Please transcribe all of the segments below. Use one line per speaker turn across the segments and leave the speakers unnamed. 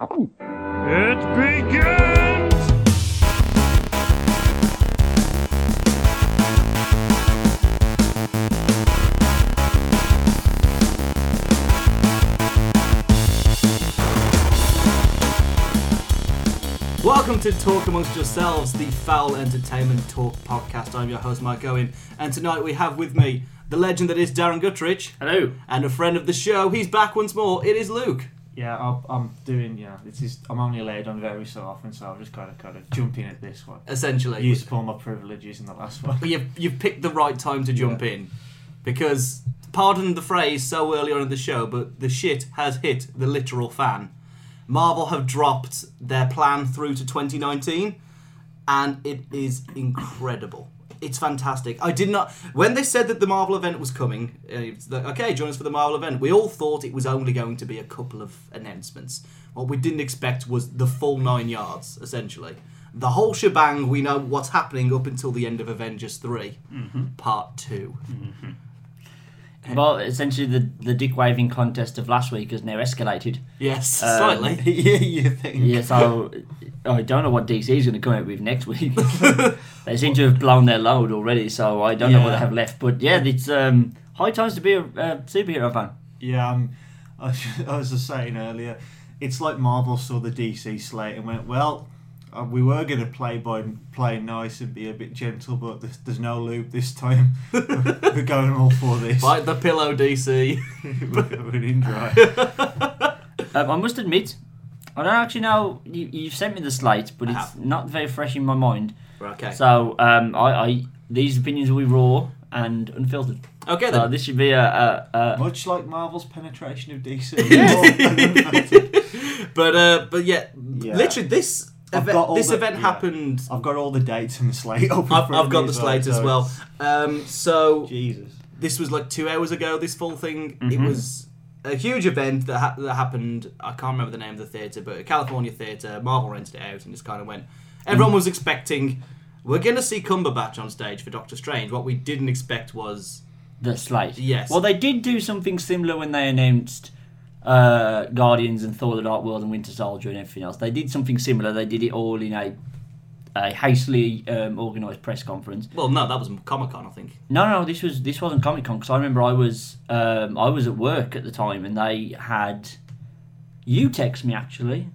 Ow.
It begins!
Welcome to Talk Amongst Yourselves, the foul entertainment talk podcast. I'm your host, Mike Owen, and tonight we have with me the legend that is Darren Guttridge
Hello.
and a friend of the show. He's back once more. It is Luke.
Yeah, I'm, I'm doing. Yeah, it's just I'm only laid on very so often, so I've just got to kind of jump in at this one.
Essentially,
Used up all my privileges in the last one.
But you've, you've picked the right time to jump
Yeah.
in because, pardon the phrase so early on in the show, but the shit has hit the literal fan. Marvel have dropped their plan through to 2019 and it is incredible. It's fantastic. I did not. When they said that the Marvel event was coming, uh, it's like, okay, join us for the Marvel event, we all thought it was only going to be a couple of announcements. What we didn't expect was the full nine yards, essentially. The whole shebang, we know what's happening up until the end of Avengers 3, part 2.
Well, essentially, the, the dick waving contest of last week has now escalated.
Yes,
Um,
slightly.
Uh, yeah, you think?
Mm.
Yeah, so I don't know what DC is going to come out with next week. they seem to have blown their load already, so I don't know what
Yeah.
they have left. But yeah, it's um, high times to be a, uh superhero fan.
Yeah, um, I was just saying earlier, it's like Marvel saw the DC slate and went, well, uh, we were going to play by playing nice and be a bit gentle, but there's, there's no loop this time. we're going all for this.
Bite the pillow, DC.
we're going in dry.
Um, I must admit, I don't actually know. You, you've sent me the slate, but
I
it's not very fresh in my mind.
okay.
So um, I, I these opinions will be raw and unfiltered.
okay,
So
then.
this should be a. a, a
Much like Marvel's penetration of DC.
but uh, but yeah,
Yeah.
literally this
I've
event,
got all
this
the-
event
yeah.
happened.
I've got all the dates in the slate. Open
I've,
for
I've got
me
the slate as
so
well.
it's-
Um, so
Jesus.
this was like two hours ago. This full thing. It
Mm-hmm.
was a huge event that, ha- that happened. I can't remember the name of the theater, but a California theater. Marvel rented it out and just kind of went. Everyone
Mm.
was expecting. We're gonna see Cumberbatch on stage for Doctor Strange. What we didn't expect was
the slate.
Yes.
Well, they did do something similar when they announced uh, Guardians and Thor: The Dark World and Winter Soldier and everything else. They did something similar. They did it all in a, a hastily um, organised press conference.
well, no, that was Comic Con, I think.
No, no, this was this wasn't Comic Con because I remember I was um, I was at work at the time and they had you text me actually.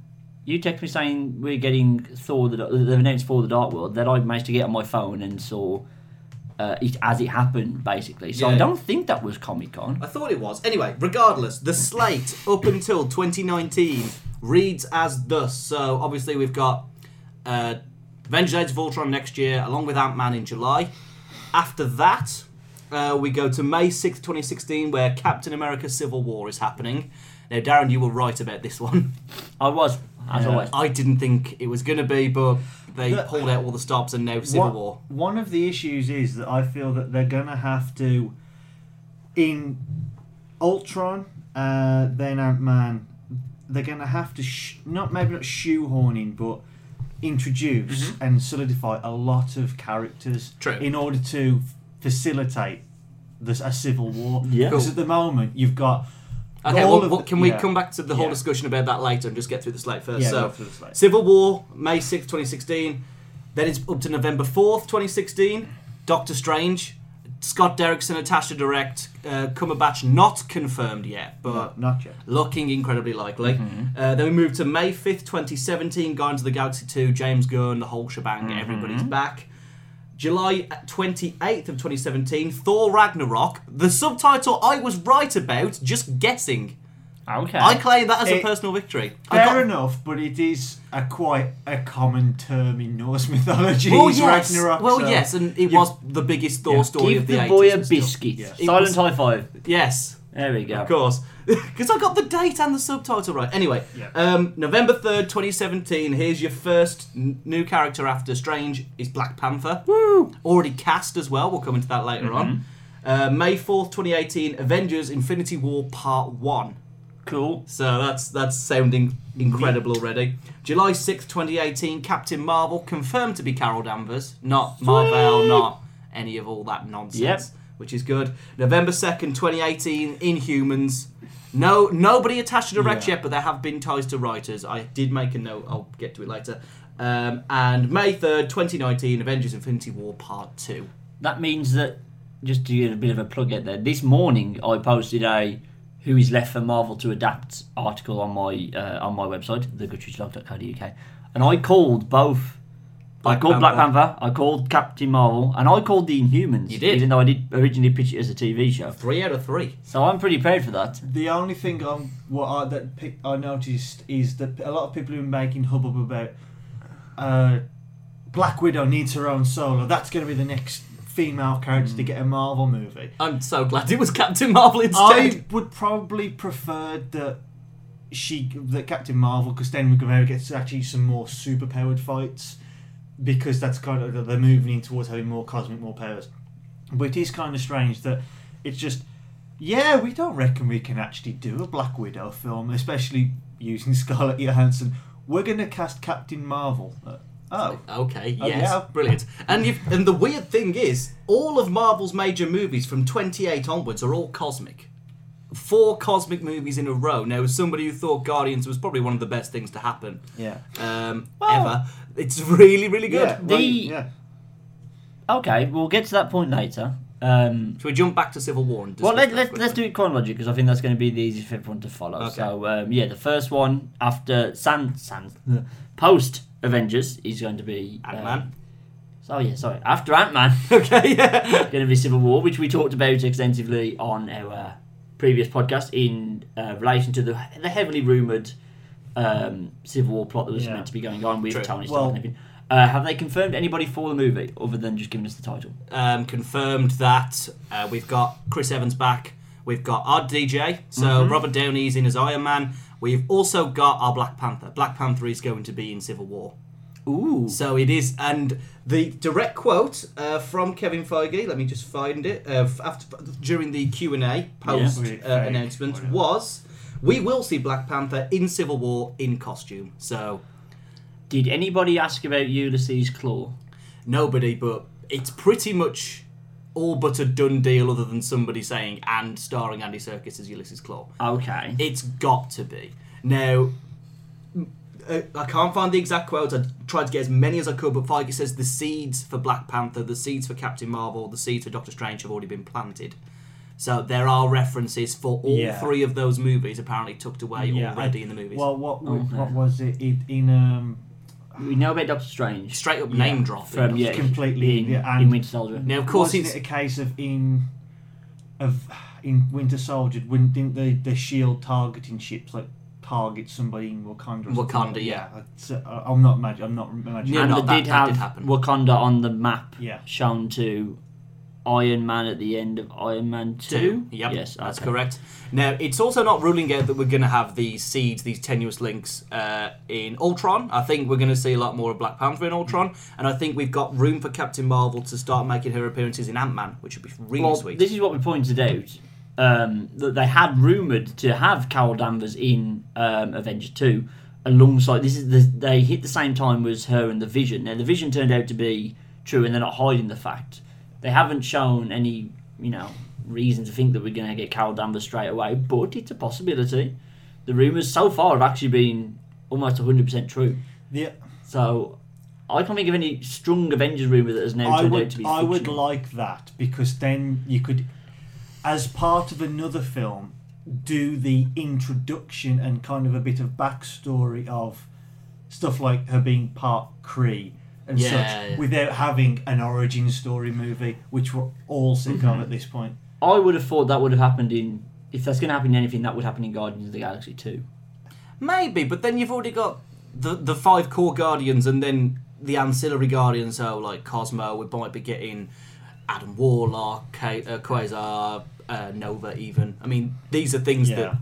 You text me saying we're getting Thor the they've announced Thor the Dark World that I managed to get on my phone and saw uh, it as it happened basically. So
Yeah.
I don't think that was Comic Con.
I thought it was. Anyway, regardless, the slate up until 2019 reads as thus. So obviously we've got uh, Avengers: Age of Ultron next year, along with Ant Man in July. After that, uh, we go to May 6th, 2016, where Captain America: Civil War is happening. Now, Darren, you were right about this one.
I was, as
Yeah.
always.
I didn't think it was going to be, but they
The-
pulled out all the stops and now Civil
one,
War.
One of the issues is that I feel that they're gonna have to, in Ultron, uh, then Ant Man, they're gonna have to sh- not maybe not shoehorn in, but introduce and solidify a lot of characters
Mm-hmm. True.
in order to f- facilitate this a civil war.
Yeah.
Because
Cool.
at the moment you've got
Okay,
all
well,
of
well,
the-
can we
yeah.
come back to the whole
Yeah.
discussion about that later and just get through the slate first?
Yeah,
so,
go through the slate.
Civil War, May 6th, 2016. Then it's up to November 4th, 2016. Doctor Strange. Scott Derrickson and Tasha Direct. Uh, Cumberbatch not confirmed yet, but
not yet.
looking incredibly likely.
Mm-hmm.
Uh, then we move to May 5th, 2017. Guardians of the Galaxy 2, James Gunn, the whole shebang,
Mm-hmm.
everybody's back. July 28th of 2017, Thor Ragnarok. The subtitle I was right about, just guessing.
okay.
I claim that as a
It-
personal victory. I
Fair
got-
enough, but it is a quite a common term in Norse mythology.
Well,
is
yes.
Ragnarok,
well,
so-
yes, and it
you-
was the biggest Thor
Yeah.
story
Give
of the,
the boy
80s
a
and stuff.
biscuit.
Yeah.
It
Silent
was-
high five.
Yes,
There we go.
of course. Because I got the date and the subtitle right. Anyway,
Yeah.
um, November 3rd, 2017, here's your first n- new character after Strange is Black Panther. Woo! Already cast as well, we'll come into that later on.
Mm-hmm.
Uh, May 4th, 2018, Avengers Infinity War Part 1.
Cool.
So that's that's sounding incredible already. July 6th, 2018, Captain Marvel confirmed to be Carol Danvers, not Marvel, not any of all that nonsense.
Yep.
which is good. November second, 2018, Inhumans. No, nobody attached to direct
Yeah.
yet, but there have been ties to writers. I did make a note. I'll get to it later. Um, and May third, 2019, Avengers: Infinity War Part Two.
That means that just to get a bit of a plug out there. This morning I posted a "Who is left for Marvel to adapt" article on my uh, on my website, thegoodreadsblog.co.uk, and I called both. I
Black
called Black
Panther.
Panther. I called Captain Marvel, and I called the Inhumans.
You did.
even though I did originally pitch it as a TV show.
Three out of three.
So I'm pretty prepared for that.
The only thing I'm, what I, that pick, I noticed is that a lot of people have been making hubbub about uh, Black Widow needs her own solo. That's going to be the next female character to get a Marvel movie.
I'm so glad it was Captain Marvel instead.
I would probably prefer that she that Captain Marvel because then we can maybe get actually some more superpowered fights because that's kind of they're moving in towards having more cosmic more powers. But it is kind of strange that it's just yeah we don't reckon we can actually do a Black Widow film especially using Scarlett Johansson. We're gonna cast Captain Marvel. Uh, oh.
Okay,
Oh,
yes,
yeah.
brilliant. And if, and the weird thing is, all of Marvel's major movies from 28 onwards are all cosmic. Four cosmic movies in a row. Now, as somebody who thought Guardians was probably one of the best things to happen
Yeah.
um,
Well-
ever, it's really, really good.
Yeah,
The-
well, yeah.
Okay, we'll get to that point later. Um,
Should we jump back to Civil War? And discuss
well, let,
that
let, let's do
quickly?
it chronologically because I think that's going to be the easiest for everyone to follow.
Okay.
So, um, yeah, the first one after San, San post Avengers is going to be um,
Ant-Man.
so, oh, yeah, sorry. After Ant Man,
okay, yeah.
going to be Civil War, which we talked about extensively on our uh, previous podcast in uh, relation to the, the heavily rumoured um, Civil War plot that was
Yeah.
meant to be going on with
True.
Tony Stark
Well-
and everything. Uh, have they confirmed anybody for the movie other than just giving us the title?
Um, confirmed that uh, we've got Chris Evans back. We've got our DJ, so
Mm-hmm.
Robert Downey's in as Iron Man. We've also got our Black Panther. Black Panther is going to be in Civil War.
Ooh.
So it is, and the direct quote uh, from Kevin Feige. Let me just find it. Uh, f- after during the Q and A post
Yeah.
uh, announcement
Whatever.
was, "We will see Black Panther in Civil War in costume." So
Did anybody ask about Ulysses Claw?
nobody, but it's pretty much all but a done deal, other than somebody saying and starring Andy Serkis as Ulysses Claw.
Okay.
It's got to be. Now, uh, I can't find the exact quotes. I tried to get as many as I could, but Feige says the seeds for Black Panther, the seeds for Captain Marvel, the seeds for Doctor Strange have already been planted. So there are references for all
Yeah.
three of those movies apparently tucked away
Yeah,
already
I-
in the movies.
Well, what w-
Okay.
what was it in, in um
we know about Doctor Strange.
Straight up
yeah,
name drop.
from yeah,
Completely,
in,
yeah, and-
in Winter Soldier.
Now, of course,
wasn't
it's,
it a case of in of in Winter Soldier? When, didn't the the Shield E targeting ships like target somebody in Wakanda? or something?
Wakanda, yeah.
It's, uh, I'm not imagine. I'm not imagining.
Yeah,
and
no,
they
that-
did
that
have
did happen.
Wakanda on the map
Yeah.
shown to Iron Man at the end of Iron Man 2.
two. Yep,
Yes,
that's
okay.
correct. Now, it's also not ruling out that we're going to have these seeds, these tenuous links uh, in Ultron. I think we're going to see a lot more of Black Panther in Ultron,
Mm.
and I think we've got room for Captain Marvel to start making her appearances in Ant Man, which would be really
Well,
sweet.
this is what we pointed out um, that they had rumored to have Carol Danvers in um, Avengers Two alongside. This is the, they hit the same time as her and the Vision. Now the Vision turned out to be true, and they're not hiding the fact. They haven't shown any, you know, reason to think that we're going to get Carol Danvers straight away, but it's a possibility. The rumors so far have actually been almost 100% true.
The-
So I can't think of any strong Avengers rumor that has now
I
turned out
would
to be
I would
fictional.
like that because then you could, as part of another film, do the introduction and kind of a bit of backstory of stuff like her being part Cree and
Yeah,
such
yeah.
without having an origin story movie, which we're all sick of at this point.
I would have thought that would have happened in. If that's going to happen in anything, that would happen in Guardians of the Galaxy 2.
Maybe, but then you've already got the the five core guardians, and then the ancillary guardians. So like Cosmo, we might be getting Adam Warlock, Ka- uh, Quasar, uh, Nova. Even I mean, these are things that
Yeah.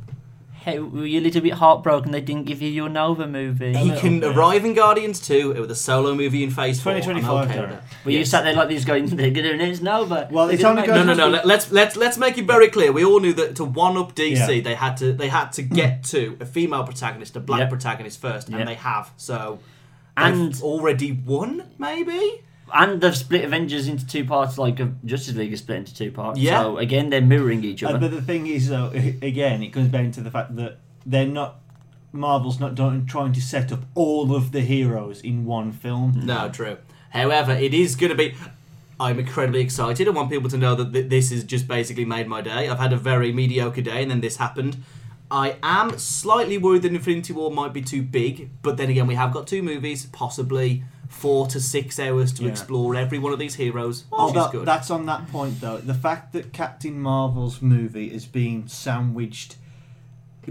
Hey, were you a little bit heartbroken they didn't give you your Nova movie?
A
He
little
can
bit.
arrive in Guardians 2 with a solo movie in Phase 4. I'm
2025
okay with
though.
that.
Were you sat there like this going, they're going to announce Nova?
Well,
they're
it's
gonna
only
make-
going-
No, no, no. let- Let's let's let's make it very clear. We all knew that to one up DC,
Yeah.
they had to they had to get to a female protagonist, a black
Mm. Yep.
protagonist first, and
Yep.
they have. So,
And-
they've already won, maybe.
And they've split Avengers into two parts, like uh, Justice League is split into two parts.
Yeah.
So again, they're mirroring each
Uh,
other.
but the thing is, though, again, it comes back to the fact that they're not Marvel's not doing, trying to set up all of the heroes in one
Mm.
film.
No, true. However, it is going to be. I'm incredibly excited. I want people to know that th- this has just basically made my day. I've had a very mediocre day, and then this happened. I am slightly worried that Infinity War might be too big, but then again, we have got two movies, possibly four to six hours to
Yeah.
explore every one of these heroes, which
Oh,
is
that,
good.
that's on that point though. The fact that Captain Marvel's movie is being sandwiched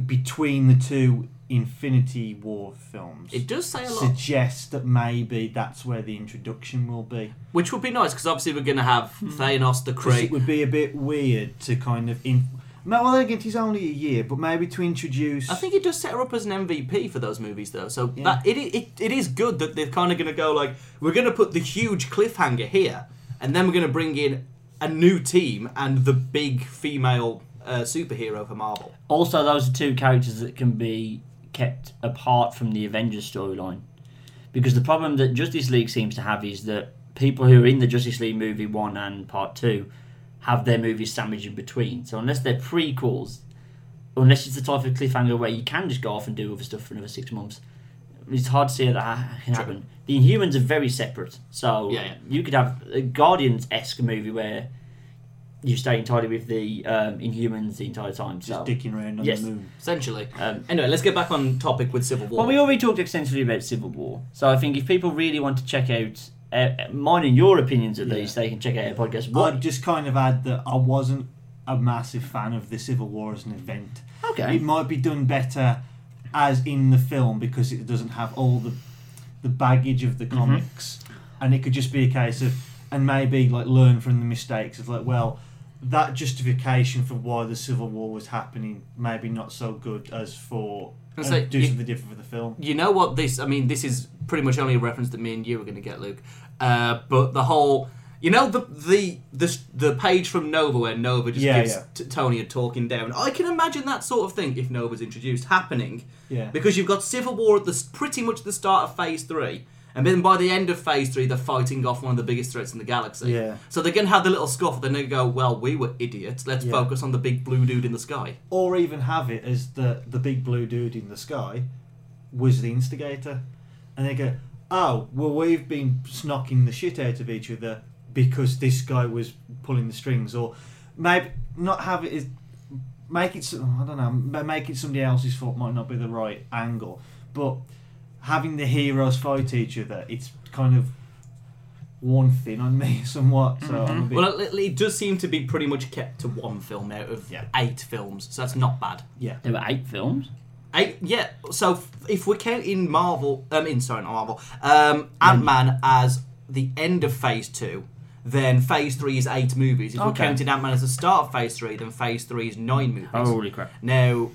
between the two Infinity War films
it does say a lot,
suggests that maybe that's where the introduction will be.
which would be nice because obviously we're going to have
Hmm.
Thanos, the
'Cause
Kree.
It would be a bit weird to kind of in. No, Well, then again, he's only a year, but maybe to introduce.
I think it does set her up as an MVP for those movies, though. So
Yeah.
that it, it it is good that they're kind of going to go like we're going to put the huge cliffhanger here, and then we're going to bring in a new team and the big female uh, superhero for Marvel.
also, those are two characters that can be kept apart from the Avengers storyline. Because the problem that Justice League seems to have is that people who are in the Justice League movie one and part two have their movies sandwiched in between. So unless they're prequels, unless it's the type of cliffhanger where you can just go off and do other stuff for another six months, it's hard to see how that ha- can
True.
happen. The Inhumans are very separate, so
Yeah, yeah.
you could have a Guardians esque movie where you stay entirely with the um, Inhumans the entire time.
just
So.
dicking around on
Yes.
the moon.
Essentially.
Um,
Anyway, let's get back on topic with Civil War.
well, we already talked extensively about Civil War, so I think if people really want to check out uh, mine and your opinions at
Yeah.
least, they can check out our podcast.
I'd
What?
just kind of add that I wasn't a massive fan of the Civil War as an event.
Okay.
It might be done better as in the film because it doesn't have all the the baggage of the comics, and it could just be a case of and maybe like learn from the mistakes of like well. That justification for why the Civil War was happening maybe not so good as for
I
and
say,
do
you-
something different for the film.
you know what this? I mean, this is pretty much only a reference that me and you are going to get, Luke. Uh, but the whole. You know the the the, the page from Nova where Nova just
Yeah,
gives
yeah.
T- Tony a talking down. I can imagine that sort of thing if Nova's introduced happening
Yeah,
because you've got Civil War at the s- pretty much the start of Phase Three, and then by the end of Phase Three, they're fighting off one of the biggest threats in the galaxy.
Yeah.
So they're gonna have the little scuffle. Then they go, "Well, we were idiots. Let's
Yeah.
focus on the big blue dude in the sky."
or even have it as the the big blue dude in the sky was the instigator, and they go, "Oh, well, we've been snocking the shit out of each other because this guy was pulling the strings," or maybe not have it as make it. so- I don't know. ma- Make it somebody else's fault might not be the right angle, but having the heroes fight each other, it's kind of worn thin on me somewhat. So I'm a bit,
Well, it, it does seem to be pretty much kept to one film out of
Yeah.
eight films, so that's not bad.
yeah.
There were eight films.
Eight, yeah. So f- if we're counting Marvel, um, in sorry, not Marvel, um, Ant Man as the end of Phase Two, then Phase Three is eight movies. If we're
Okay.
counting Ant Man as the start of Phase Three, then Phase Three is nine movies.
Holy crap!
Now,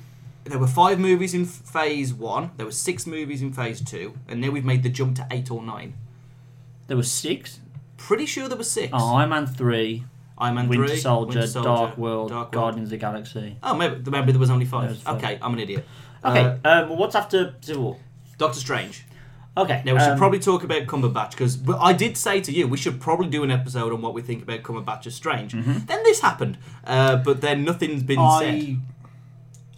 there were five movies in Phase One. There were six movies in Phase Two, and now we've made the jump to eight or nine.
There were six.
Pretty sure there were six.
Oh, Iron Man three,
Iron Man
Winter,
three,
Soldier,
Winter Soldier,
Dark World,
Dark
Guardians of the Galaxy.
Oh, maybe, maybe there was only five.
There was five.
Okay, I'm an idiot.
Okay,
Uh,
um, well, what's after Civil War?
Doctor Strange.
Okay,
Now we should
um,
probably talk about Cumberbatch because I did say to you we should probably do an episode on what we think about Cumberbatch as Strange.
Mm-hmm.
Then this happened, uh, but then nothing's been said.
I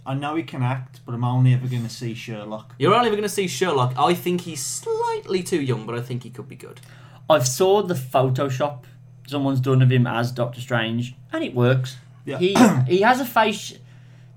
I know he can act, but I'm only ever going to see Sherlock.
You're only going to see Sherlock. I think he's slightly too young, but I think he could be good.
I've saw the Photoshop someone's done of him as Doctor Strange, and it works.
Yeah.
He he has a face.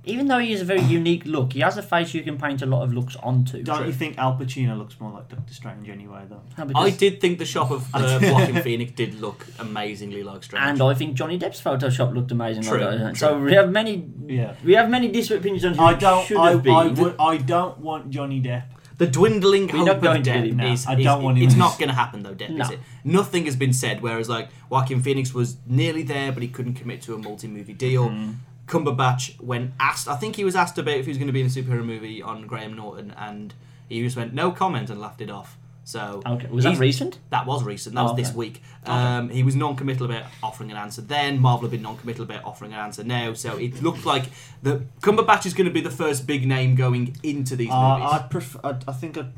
Even though he has a very unique look, he has a face you can paint a lot of looks onto.
Don't you think Al Pacino looks more like Doctor Strange anyway, though?
No,
I
because-
did think the shop of uh, Joaquin Phoenix did look amazingly like Strange.
and I think Johnny Depp's Photoshop looked amazing.
True,
like that.
true.
So we have many,
Yeah.
we have many disparate opinions on who
I
it
don't.
should
I,
have been.
I, would, I don't want Johnny Depp.
the dwindling
We're not
hope
going
of
to
Depp
do it now.
is,
I
is-
don't want him
it's
in
not
this.
going to happen though, Depp, is
No.
it? Nothing has been said. Whereas like Joaquin Phoenix was nearly there, but he couldn't commit to a multi-movie deal.
Mm-hmm.
Cumberbatch, when asked, I think he was asked about if he was going to be in a superhero movie on Graham Norton, and he just went no comment and laughed it off. So
okay, was that
he's-
recent?
that was recent. That
Oh,
was this
okay.
week. Um, He was non-committal about offering an answer then. Marvel have been non-committal about offering an answer now. So it looked like the Cumberbatch is going to be the first big name going into these
Uh,
movies.
I'd prefer. I, I think. I'd,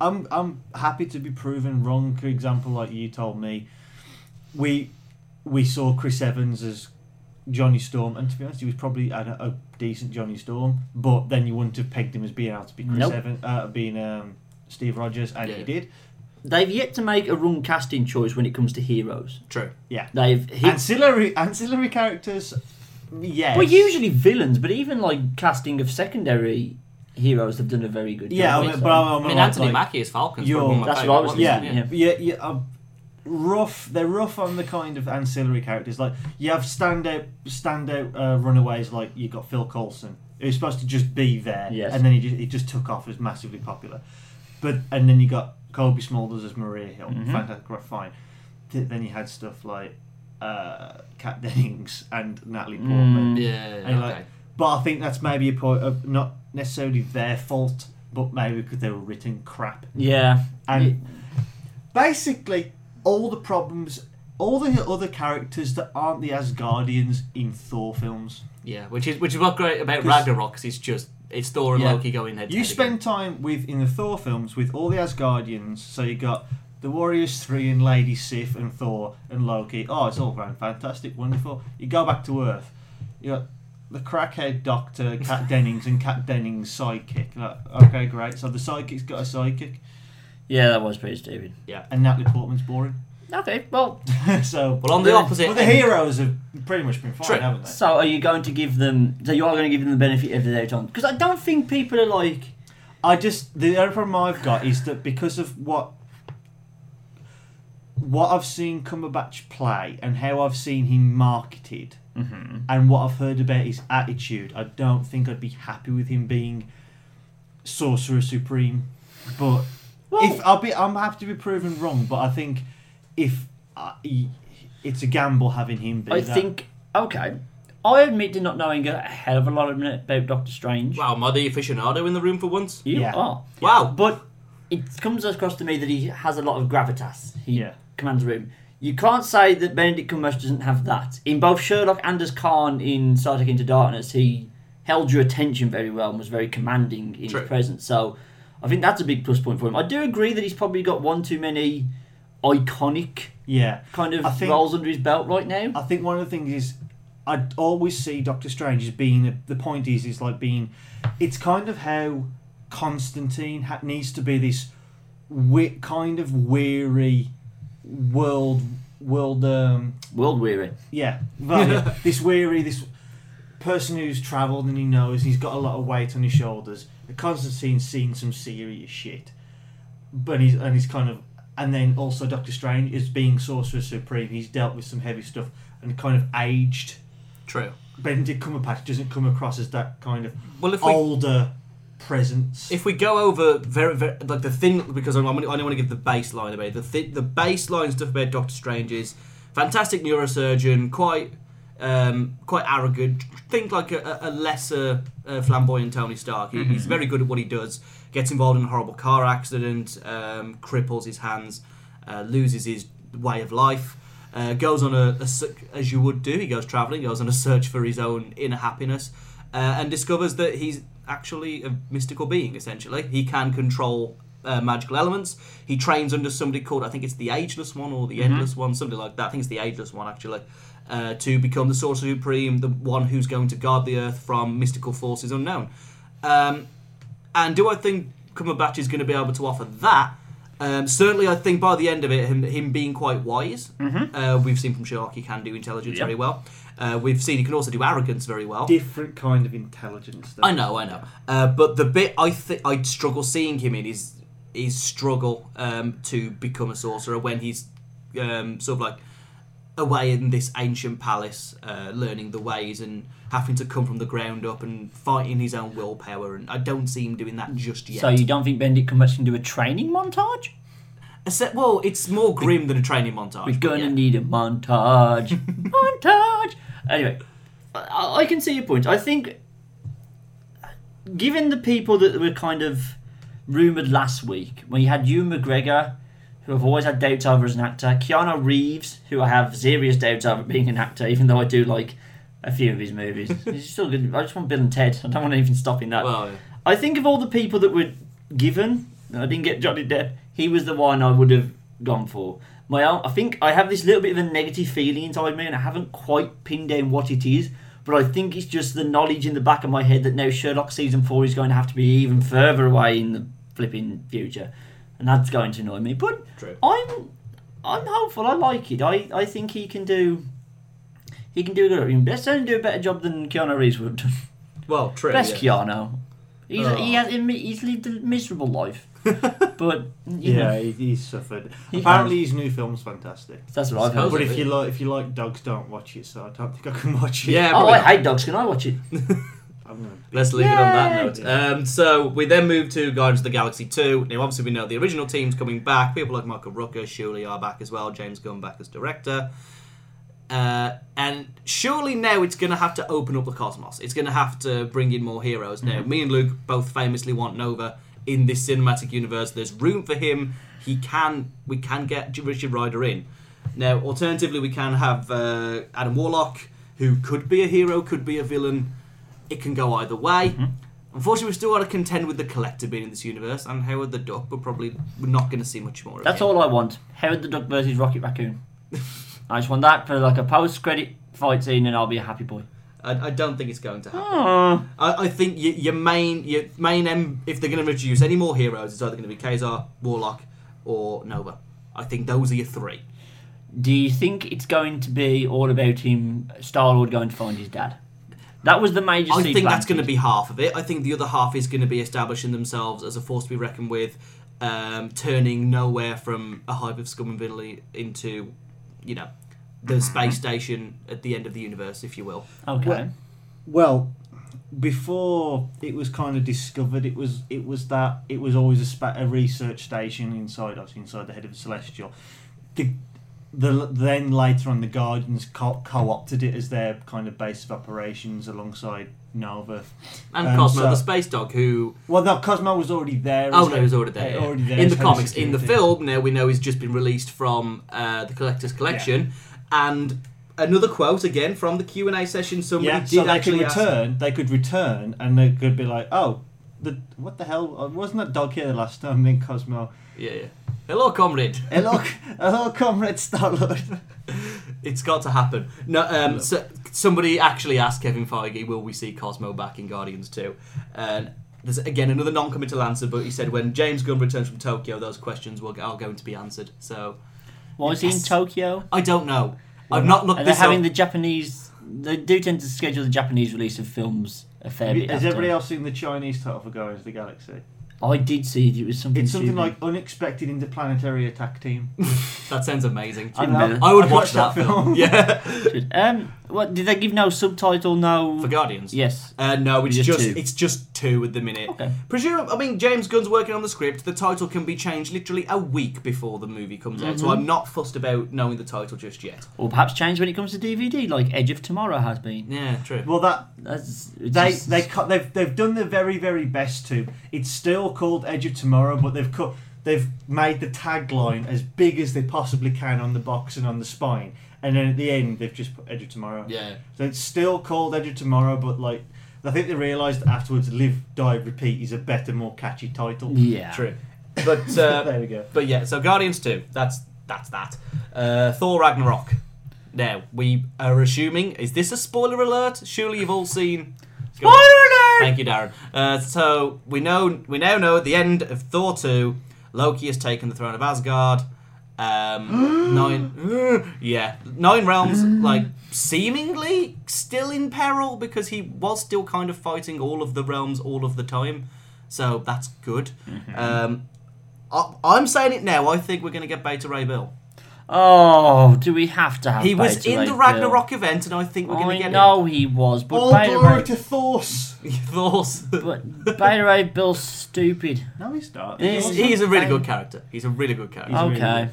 I'm I'm happy to be proven wrong. For example, like you told me, we we saw Chris Evans as Johnny Storm, and to be honest, he was probably a, a decent Johnny Storm. But then you wouldn't have pegged him as being out to be Chris
Nope.
Evans, uh, being um, Steve Rogers, and he
Yeah.
did.
They've yet to make a wrong casting choice when it comes to heroes.
True.
They've hit
Ancillary ancillary characters, yes.
Well, usually villains, but even like casting of secondary heroes, they've done a very good job.
yeah, I
with,
mean,
so-
but I, I,
I mean, Anthony Mackie is Falcons.
Yo,
one of my
that's what
favourite
I was
ones.
yeah,
Yeah.
yeah, yeah, uh, rough. They're rough on the kind of ancillary characters. Like you have standout, standout uh, runaways. Like you got Phil Coulson, who's supposed to just be there,
Yes.
and then he just, he just took off as massively popular. But and then you got Colby Smulders as Maria Hill.
Mhm.
Fantastic, right, fine. Th- then you had stuff like uh, Kat Dennings and Natalie Portman.
Mm.
Yeah,
And like-
okay.
But I think that's maybe a point of not necessarily their fault, but maybe because they were written crap
yeah,
and
Yeah.
basically all the problems all the other characters that aren't the Asgardians in Thor films.
Yeah, which is which is what great about
'Cause-
Ragnarok. 'cause it's just it's Thor and
Yeah.
Loki going head. to
You
head again.
spend time with in the Thor films with all the Asgardians, so you got the Warriors Three and Lady Sif and Thor and Loki. Oh, it's all grand, fantastic, wonderful. You go back to Earth, you got the crackhead Doctor, Kat Dennings, and Kat Dennings' sidekick. Like, okay, great. So the sidekick's got a sidekick,
yeah, that was pretty stupid.
and Natalie Portman's boring.
Okay, well,
so
Well, on the
Yeah.
opposite.
Well, the
end-
heroes have pretty much been fine,
True.
haven't they?
so are you going to give them? So you are going to give them the benefit of the doubt on? Because I don't think people are like,
I just the only problem I've got is that because of what what I've seen Cumberbatch play and how I've seen him marketed
Mm-hmm.
and what I've heard about his attitude, I don't think I'd be happy with him being Sorcerer Supreme. But
well,
if I'll be, I'm happy to be proven wrong. But I think if I, it's a gamble having him be
I
that.
think okay. I admit to not knowing a hell of a lot about Doctor Strange.
Wow, am I the aficionado in the room for once?
You
Yeah.
are,
Wow.
but it comes across to me that he has a lot of gravitas. He
Yeah.
commands the room. You can't say that Benedict Cumberbatch doesn't have that. In both Sherlock and as Khan in Psychic Into Darkness, he held your attention very well and was very commanding in
True.
his presence. So I think that's a big plus point for him. I do agree that he's probably got one too many iconic
yeah.
kind of
I think-
roles under his belt right now.
I think one of the things is I always see Doctor Strange as being the point is is like being it's kind of how Constantine ha- needs to be this we- kind of weary world world um
World weary.
yeah, well, yeah, this weary this person who's travelled and he knows he's got a lot of weight on his shoulders. Constantine's seen some serious shit, but he's and he's kind of and then also Doctor Strange is being Sorcerer Supreme. He's dealt with some heavy stuff and kind of aged.
True.
Benedict Cumberbatch doesn't come across as that kind of
Well, if
Oh,
we
older presence.
if we go over very, very like the thing because I'm, I'm, only- I only want to give the baseline about it. The th- the baseline stuff about Doctor Strange is fantastic neurosurgeon, quite um, quite arrogant. Think like a, a a lesser uh, flamboyant Tony Stark. He, He's very good at what he does. Gets involved in a horrible car accident, um, cripples his hands, uh, loses his way of life. Uh, goes on a, a se- as you would do. He goes traveling. Goes on a search for his own inner happiness uh, and discovers that he's actually a mystical being. Essentially, he can control uh, magical elements. He trains under somebody called I think it's the Ageless One or the Endless One, something like that. I think it's the Ageless One actually. Uh, to become the Sorcerer Supreme, the one who's going to guard the Earth from mystical forces unknown. Um, and do I think Cumberbatch is going to be able to offer that? Um, certainly, I think by the end of it, him, him being quite wise,
Mm-hmm.
uh, we've seen from Sherlock he can do intelligence
Yep.
very well. Uh, we've seen he can also do arrogance very well.
Different kind of intelligence. Though.
I know, I know. Uh, but the bit I think I struggle seeing him in is his struggle um, to become a sorcerer when he's um, sort of like away in this ancient palace, uh, learning the ways and having to come from the ground up and fighting his own willpower. And I don't see him doing that just yet.
So you don't think Benedict Cumberbatch can do a training montage?
Except, well, it's more grim than a training montage.
We're
but
gonna
yeah.
need a montage. montage. Anyway, I, I can see your point. I think, given the people that were kind of rumored last week, when you had Hugh McGregor, who I've always had doubts over as an actor, Keanu Reeves, who I have serious doubts over being an actor, even though I do like a few of his movies. He's still good. I just want Bill and Ted. I don't want anything stopping that.
Well,
I think of all the people that were given I didn't get Johnny Depp. He was the one I would have gone for. My own, I think I have this little bit of a negative feeling inside me, and I haven't quite pinned down what it is. But I think it's just the knowledge in the back of my head that now Sherlock season four is going to have to be even further away in the flipping future, and that's going to annoy me. But
True.
I'm I'm hopeful. I like it. I, I think he can do. He can do a good. Let's only do a better job than Keanu Reeves would have done.
Well, true.
Best
yeah.
Keanu. He's,
Oh.
he has, he's lived a miserable life. but, you
Yeah,
know,
he, he's suffered.
He
Apparently, his new film's fantastic.
that's what I've heard.
Suppose-
But if you like, if you like dogs, don't watch it. So I don't think I can watch it.
Yeah,
Oh,
probably
I
not.
hate dogs. Can I watch it?
I'm gonna
Let's leave it on that
Yay!
note. Um, so we then move to Guardians of the Galaxy 2. Now, obviously, we know the original team's coming back. People like Michael Rooker, Shuley are back as well. James Gunn back as director. Uh, and surely now it's going to have to open up the cosmos. It's going to have to bring in more heroes. Now, me and Luke both famously want Nova in this cinematic universe. There's room for him. He can. We can get Richard Ryder in. Now, alternatively, we can have uh, Adam Warlock, who could be a hero, could be a villain. It can go either way. Unfortunately, we still got to contend with the Collector being in this universe, and Howard the Duck. We're probably we're not going to see much more. of
That's
him.
all I want. Howard the Duck versus Rocket Raccoon. I just want that for like a post credit fight scene and I'll be a happy boy.
I, I don't think it's going to happen.
Oh,
I, I think your, your main your main em, if they're going to introduce any more heroes, it's either going to be Kazar, Warlock, or Nova. I think those are your three.
do you think it's going to be all about him, Star Lord going to find his dad? That was the major
I
seed
think that's
planted.
going to be half of it. I think the other half is going to be establishing themselves as a force to be reckoned with, um, turning nowhere from a hive of scum and villainy into, you know, the space station at the end of the universe, if you will.
Okay.
Well- Well, before it was kind of discovered, it was it was that it was always a, spa- a research station inside us, inside the head of the celestial. The, the then later on, the Guardians co- co-opted it as their kind of base of operations alongside Nova.
And
Um,
Cosmo
so-
the space dog, who
Well, no, Cosmo was already there.
Oh
as
no,
head-
he's already there.
uh,
yeah.
already there
in
as
the
head of
comics, in the
security.
film, now we know he's just been released from uh, the collector's collection. And another quote again from the Q and A session. Somebody
Yeah,
did
so they could
actually ask-
return. They could return, and they could be like, "Oh, the what the hell? uh, Wasn't that dog here the last time?" And then Cosmo,
yeah, yeah. Hello, comrade.
hello, hello, comrade Star Lord.
It's got to happen. No, um, so, somebody actually asked Kevin Feige, "Will we see Cosmo back in Guardians 2? And there's again another non-committal answer, but he said when James Gunn returns from Tokyo, those questions will, are going to be answered. So
Why is he in
Yes.
Tokyo?
I don't know. I've not looked
And they're
this
having
up.
the Japanese. They do tend to schedule the Japanese release of films a fair bit.
Has
after.
everybody else seen the Chinese title for Guardians of the Galaxy?
I did see it. It was something.
It's something
stupid.
like Unexpected Interplanetary Attack Team.
that sounds amazing.
I
You
know.
know?
I would
I've
watch that
watched
film. Yeah,
Um, what did they give? No subtitle. No.
for Guardians.
Yes.
Uh, no, it's
Just
just,
two.
it's just two at the minute.
Okay.
Presume, I mean, James Gunn's working on the script. The title can be changed literally a week before the movie comes out, so I'm not fussed about knowing the title just yet.
Or perhaps change when it comes to DVD, like Edge of Tomorrow has been.
Yeah, true.
Well, that
That's it's
they
just-
they cut. They've they've done their very very best to. It's still called Edge of Tomorrow, but they've cut. They've made the tagline as big as they possibly can on the box and on the spine, and then at the end they've just put Edge of Tomorrow.
Yeah.
So it's still called Edge of Tomorrow, but like I think they realised afterwards, Live, Die, Repeat is a better, more catchy title.
Yeah.
True. But
there
uh,
we go.
but yeah, so Guardians 2, that's that's that. Uh, Thor Ragnarok. Now, we are assuming is this a spoiler alert? Surely you've all seen Spoiler alert! Thank you, Darren. Uh, so we know we now know at the end of Thor 2, Loki has taken the throne of Asgard. Um, nine, yeah, nine realms like seemingly still in peril because he was still kind of fighting all of the realms all of the time, so that's good. Um, I, I'm saying it now. I think we're going to get Beta Ray Bill.
Oh, do we have to have?
He was
Beta
in
Ray
the
Bill?
Ragnarok event, and I think we're going to
I
get
know he was, but
All
Beta
glory
Ray,
to Thor's.
him. Thor's.
but Beta Ray Bill's stupid.
No, he's not.
He's-
awesome.
He is a really good character. He's a really good character.
He's really
okay,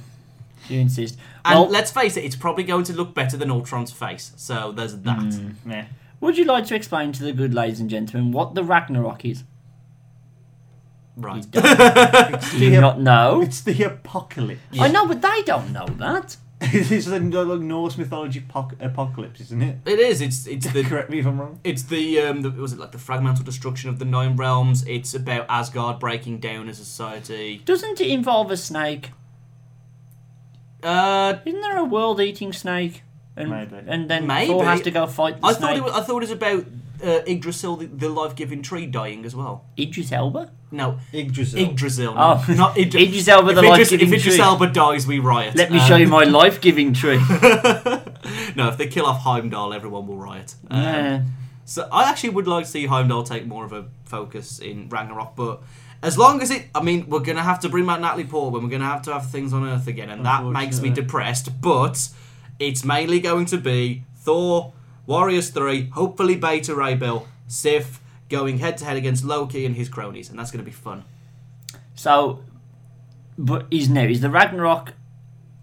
you insist.
and
well,
let's face it, it's probably going to look better than Ultron's face. So there's that.
Hmm.
Nah.
would you like to explain to the good ladies and gentlemen what the Ragnarok is?
Right.
Do you
Yeah.
not know?
It's the apocalypse.
I know, but they don't know that.
this is like Norse mythology poc- apocalypse, isn't it?
It is. It's it's the
Correct me if I'm wrong.
it's the um the, was it like the fragmental destruction of the nine realms? It's about Asgard breaking down as a society.
Doesn't it involve a snake?
Uh,
Isn't there a world-eating snake? And,
Maybe.
and then
Maybe.
Thor has to go fight the
I
snake.
thought it was, I thought it was about uh, Yggdrasil, the, the life-giving tree, dying as well.
Idris Elba.
No,
Yggdrasil.
Yggdrasil.
Oh.
no, not Idris.
Idris Elba,
if
the
Idris-
life-giving
If Idris
tree.
Elba dies, we riot.
Let me
Um,
show you my life-giving tree.
no, if they kill off Heimdall, everyone will riot. Um,
Nah.
So I actually would like to see Heimdall take more of a focus in Ragnarok, but as long as it, I mean, we're gonna have to bring back Natalie Portman. We're gonna have to have things on Earth again, and that makes me
Unfortunately.
depressed. But it's mainly going to be Thor, Warriors Three, hopefully Beta Ray Bill, Sif going head to head against Loki and his cronies, and that's gonna be fun.
So, but is no is the Ragnarok?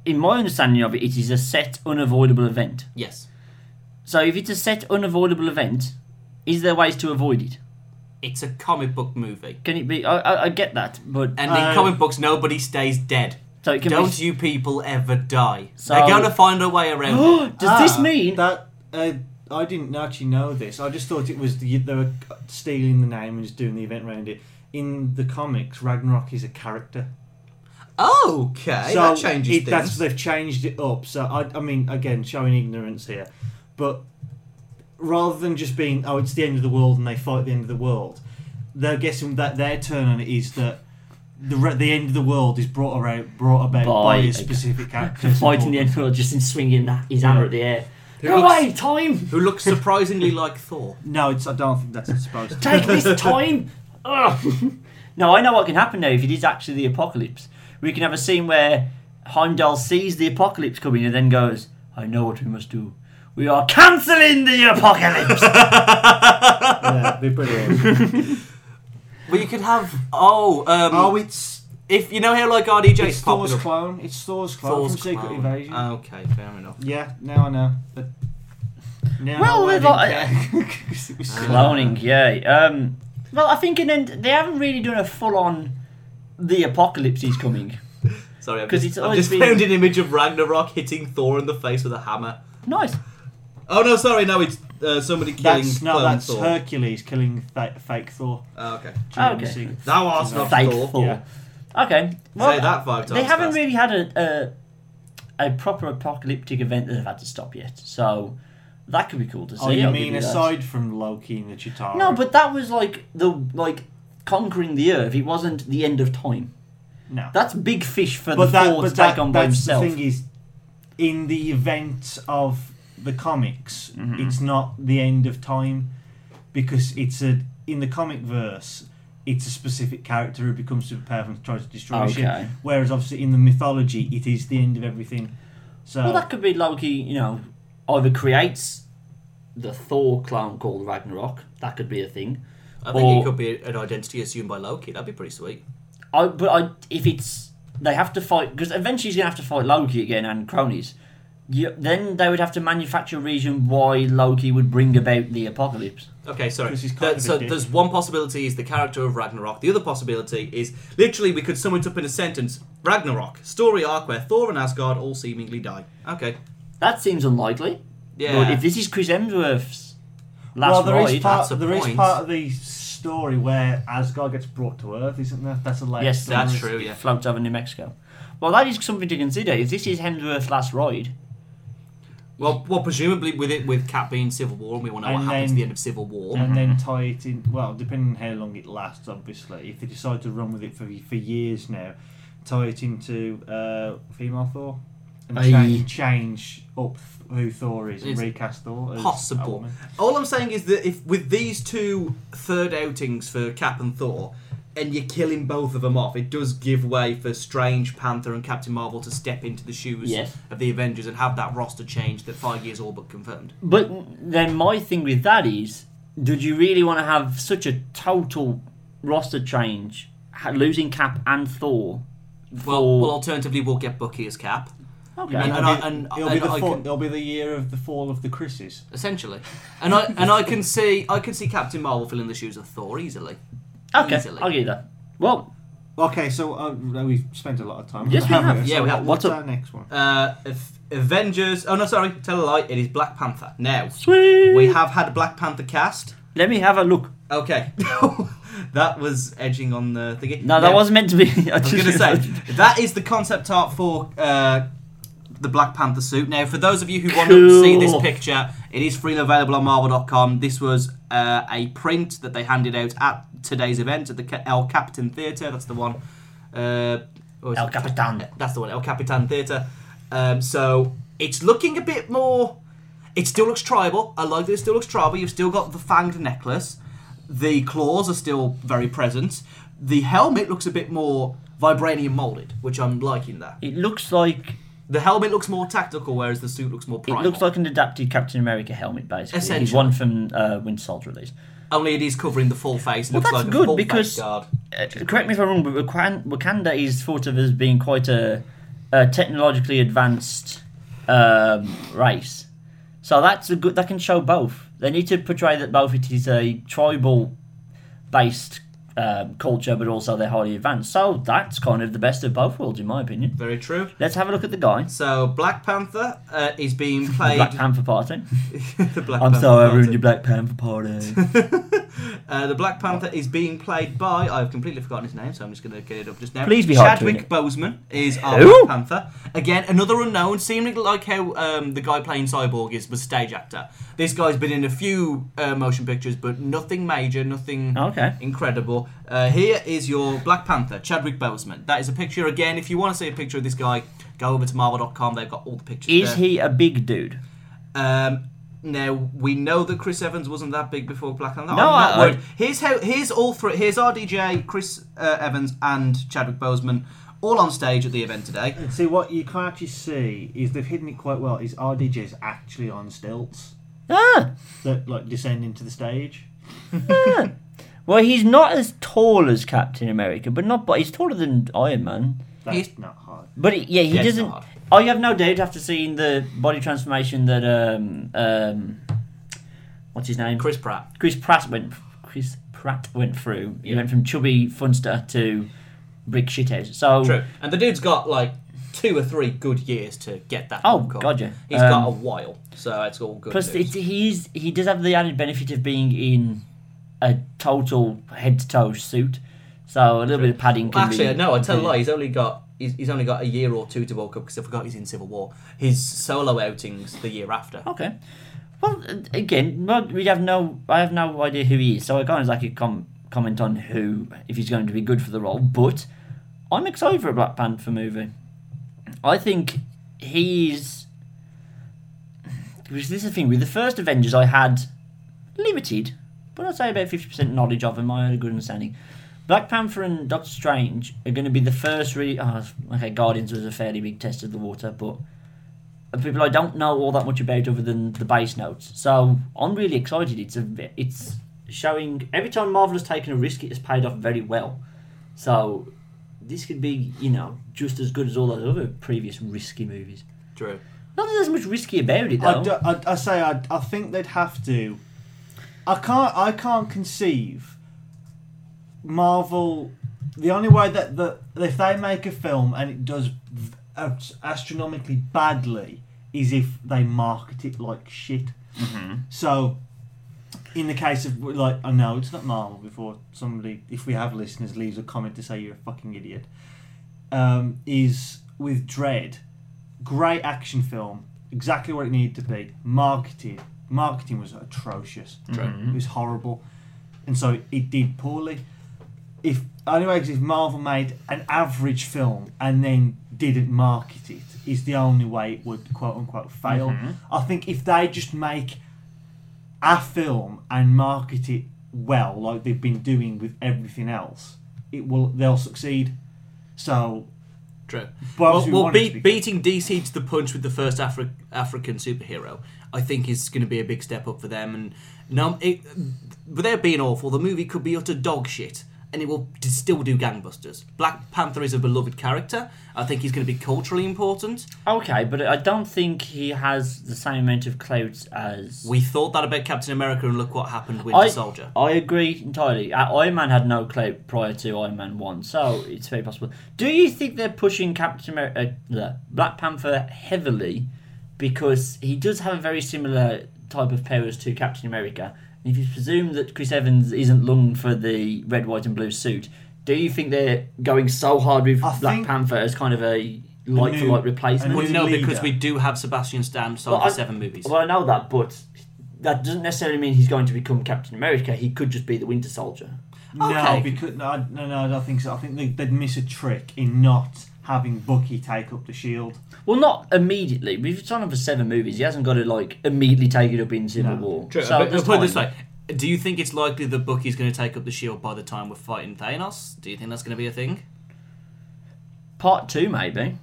In my understanding of it, it is a set unavoidable event.
Yes,
So if it's a set unavoidable event, is there ways to avoid it?
it's a comic book movie,
Can it be? I, I, I get that, but
and
Uh,
in comic books, nobody stays dead.
so it can
Don't
be.
you people ever die?
So-
They're gonna find a way around. it.
Does this
Ah,
mean?
that? Uh, I didn't actually know this. I just thought it was the, they were stealing the name and just doing the event around it. In the comics, Ragnarok is a character.
Okay, that changes
it-
things.
That's they've changed it up. So I, I mean, again, showing ignorance here, but rather than just being, oh, it's the end of the world and they fight the end of the world, they're guessing that their turn on it is that the re- the end of the world is brought around brought about by,
By a-
a specific actor.
Fighting the NFL just in swinging that his hammer at the air.
Who
Go
looks-
away, time!
who looks surprisingly like Thor.
No, it's I don't think that's supposed to.
Take this time! Ugh. no, I know what can happen now if it is actually the apocalypse. We can have a scene where Heimdall sees the apocalypse coming and then goes, I know what we must do. We are cancelling the apocalypse!
yeah, it'd be brilliant.
But you could have oh um
oh, it's
if you know how like RDJ's
it's Thor's
popular
clone. It's Thor's clone from Secret
clone. Uh,
Invasion.
Okay, fair enough.
yeah, now I know. But now
Well,
I
they've
know
got-
why
uh,
I didn't care. 'Cause it was so-
Cloning, yeah. Um, well, I think in end, they haven't really done a full on the apocalypse is coming.
Sorry, I've
'Cause
just,
it's
I've
always
just
been-
found an image of Ragnarok hitting Thor in the face with a hammer.
Nice.
Oh no, sorry, no, it's uh, somebody killing
That's no,
clone
that's
Thor.
Hercules killing fa- fake Thor.
Oh, okay,
during
Okay.
the secret-
thou art not
Fake
Thor.
Thor.
Yeah.
Okay. Well,
Say that five times.
they haven't
fast.
really had a, a a proper apocalyptic event that they've had to stop yet. So that could be cool to see.
Oh, you
I'll give
mean
that.
aside from Loki and the Chitara?
No, but that was like the like conquering the earth. It wasn't the end of time.
no.
That's big fish for
but
the
that,
Thor
but
to
that,
take on by
that's
himself.
the thing is, in the event of the comics,
Mm-hmm.
it's not the end of time because it's a in the comic verse. It's a specific character who becomes super powerful and tries to destroy
Okay.
shit. Whereas, obviously, in the mythology, it is the end of everything. So,
Well, that could be Loki. You know, either creates the Thor clone called Ragnarok. That could be a thing.
I think
Or-
it could be an identity assumed by Loki. That'd be pretty sweet.
I but I if it's they have to fight because eventually he's gonna have to fight Loki again and cronies. You, then they would have to manufacture a reason why Loki would bring about the apocalypse.
Okay, sorry.
Because he's kind
That-
of a
so
dick.
there's one possibility is the character of Ragnarok. The other possibility is literally we could sum it up in a sentence: Ragnarok story arc where Thor and Asgard all seemingly die. Okay,
That seems unlikely.
yeah.
But if this is Chris Hemsworth's last
well, there is
ride,
part
that's a
there is
point.
part of the story where Asgard gets brought to Earth, isn't there? That's a later.
Yes,
story.
that's true. Yeah.
floats over New Mexico. Well, that is something to consider. If this is Hemsworth's last ride,
Well, well, presumably with it with Cap being Civil War, and we want to know what
And
happens
then-
at the end of Civil War.
and then
Mm-hmm.
tie it in. Well, depending on how long it lasts, obviously. If they decide to run with it for for years now, tie it into uh, female Thor and
Aye.
change, change up who Thor is and
It's
recast Thor. As a
possible.
woman.
All I'm saying is that if with these two third outings for Cap and Thor, and you're killing both of them off, it does give way for Strange, Panther, and Captain Marvel to step into the shoes
Yes.
of the Avengers and have that roster change that Feige is all but confirmed.
But then my thing with that is, did you really want to have such a total roster change, ha- losing Cap and Thor?
Well, well, alternatively, we'll get Bucky as Cap,
okay.
mean-
It'll
And I-
be-
and-
it'll be
and
the
I
fall-
can-
it'll be the year of the fall of the Chris's.
essentially, and I and I can see I can see Captain Marvel filling the shoes of Thor easily.
okay,
easily.
I'll give you that. Well,
Okay, so uh, we've spent a lot of time.
Yes,
on
we
that,
have.
haven't
Yeah, we
So
have.
What's
What's
our next one?
Uh, if- Avengers. Oh no, sorry. Tell a lie. It is Black Panther. Now
Sweet.
we have had Black Panther cast.
Let me have a look.
Okay, that was edging on the thingy.
No, that
Now-
wasn't meant to be. I,
I was going to say that is the concept art for uh, the Black Panther suit. Now, for those of you who want to
Cool.
see this picture, it is freely available on Marvel.com. This was uh, a print that they handed out at today's event at the Ca- El Capitan Theatre. That's the one. Uh, or is
El
it-
Capitan.
That's the one. El Capitan Theatre. Um, so it's looking a bit more. It still looks tribal. I like that it still looks tribal. You've still got the fanged necklace. The claws are still very present. The helmet looks a bit more vibranium molded, which I'm liking that.
It looks like
The helmet looks more tactical, whereas the suit looks more
it
primal.
looks like an adapted Captain America helmet, basically. He's
Essentially.
one from uh, Winter Soldier release.
Only it is covering the full face. It
Well,
looks
that's
like a
good
full
because-
face guard.
Uh, correct me if I'm wrong, but Wakan- Wakanda is thought of as being quite a, a technologically advanced um, race. So that's a good. That can show both. They need to portray that both it is a tribal based um, culture, but also they're highly advanced. So that's kind of the best of both worlds, in my opinion.
Very true.
Let's have a look at the guy.
So Black Panther uh, is being
The
played.
Black Panther Party.
the Black
I'm
Panther
sorry, I
Party.
ruined your Black Panther Party.
Uh, the Black Panther is being played by I've completely forgotten his name, so I'm just going to get it up just now.
Please be hard to
Chadwick
it.
Boseman is our
Who?
Black Panther. Again, another unknown, seeming like how um, the guy playing Cyborg is was stage actor. This guy's been in a few uh, motion pictures, but nothing major, nothing
okay.
incredible. Uh, here is your Black Panther, Chadwick Boseman. That is a picture. Again, if you want to see a picture of this guy, go over to Marvel.com. They've got all the pictures.
Is
there.
he a big dude?
Um, now we know that Chris Evans wasn't that big before Black Panther. I'm
No,
not
I-
worried. Here's how. Here's all three. Here's RDJ, Chris uh, Evans, and Chadwick Boseman, all on stage at the event today.
See, what you can actually see is they've hidden it quite well. Is RDJ is actually on stilts
Ah,
that like descend into the stage.
well, he's not as tall as Captain America, but not. But he's taller than Iron Man.
That's
He's-
not hard.
But it- yeah, he
Yeah, it's
doesn't.
not.
I have no doubt after seeing the body transformation that um um, what's his name?
Chris Pratt.
Chris Pratt went. Chris Pratt went through. He went from chubby funster to big shithead. So
True. And the dude's got like two or three good years to get that.
Oh,
look up.
God, yeah.
He's
Um,
got a while, so it's all good.
plus,
news.
it, he's he does have the added benefit of being in a total head to toe suit. So a little bit of padding. Can
Actually,
be,
no, I tell a
be-
lie. He's only got he's, he's only got a year or two to World Cup because I forgot he's in Civil War. His solo outings the year after.
Okay. Well, uh, again, well, we have no, I have no idea who he is, so I can't exactly com- comment on who, if he's going to be good for the role. But I'm excited for a Black Panther movie. I think he's. Because this is the thing with the first Avengers, I had limited, but I'd say about fifty percent knowledge of him. I had a good understanding. Black Panther and Doctor Strange are going to be the first. Re- oh, okay, Guardians was a fairly big test of the water, but of people I don't know all that much about other than the bass notes. So I'm really excited. It's a it's showing every time Marvel has taken a risk, it has paid off very well. So this could be you know just as good as all those other previous risky movies.
True.
Not that there's much risky about it
I,
though.
do- I, I say I, I think they'd have to. I can't I can't conceive Marvel. The only way that, that if they make a film and it does v- ast- astronomically badly is if they market it like shit. So, in the case of like I know it's not Marvel. Before somebody, if we have listeners, leaves a comment to say you're a fucking idiot. Um, is with Dread great action film, exactly what it needed to be. Marketing, marketing was atrocious. It was horrible, and so it, did poorly. If anyway, 'cause if Marvel made an average film and then didn't market it, is the only way it would quote unquote fail. I think if they just make a film and market it well, like they've been doing with everything else, it will they'll succeed. So
True.
But
well,
we
well
want it
be-
to be good.
beating DC to the punch with the first Afri- African superhero, I think, is going to be a big step up for them. And no, it, without being awful, the movie could be utter dog shit, and it will d- still do gangbusters. Black Panther is a beloved character. I think he's going to be culturally important.
Okay, but I don't think he has the same amount of clout as.
We thought that about Captain America, and look what happened with
I,
the Soldier.
I agree entirely. Uh, Iron Man had no clout prior to Iron Man 1, so it's very possible. Do you think they're pushing Captain America, uh, Black Panther heavily because he does have a very similar type of powers to Captain America? And if you presume that Chris Evans isn't long for the red, white, and blue suit, do you think they're going so hard with
I
Black
think-
Panther as kind of a like for
new-
like
a
replacement?
new
Well, no, because
leader.
we do have Sebastian Stan
Well,
signed for
I-
seven movies.
Well, I know that, but that doesn't necessarily mean he's going to become Captain America. He could just be the Winter Soldier.
Okay.
No, because no, I- no, no, I don't think so. I think they, they'd miss a trick in not having Bucky take up the shield.
Well, not immediately. We've done him for seven movies. He hasn't got to like immediately take it up in Civil
No.
War.
True.
So
but
there's
put it this
time.
way: Do you think it's likely that Bucky's going to take up the shield by the time we're fighting Thanos? Do you think that's going to be a thing?
part two maybe.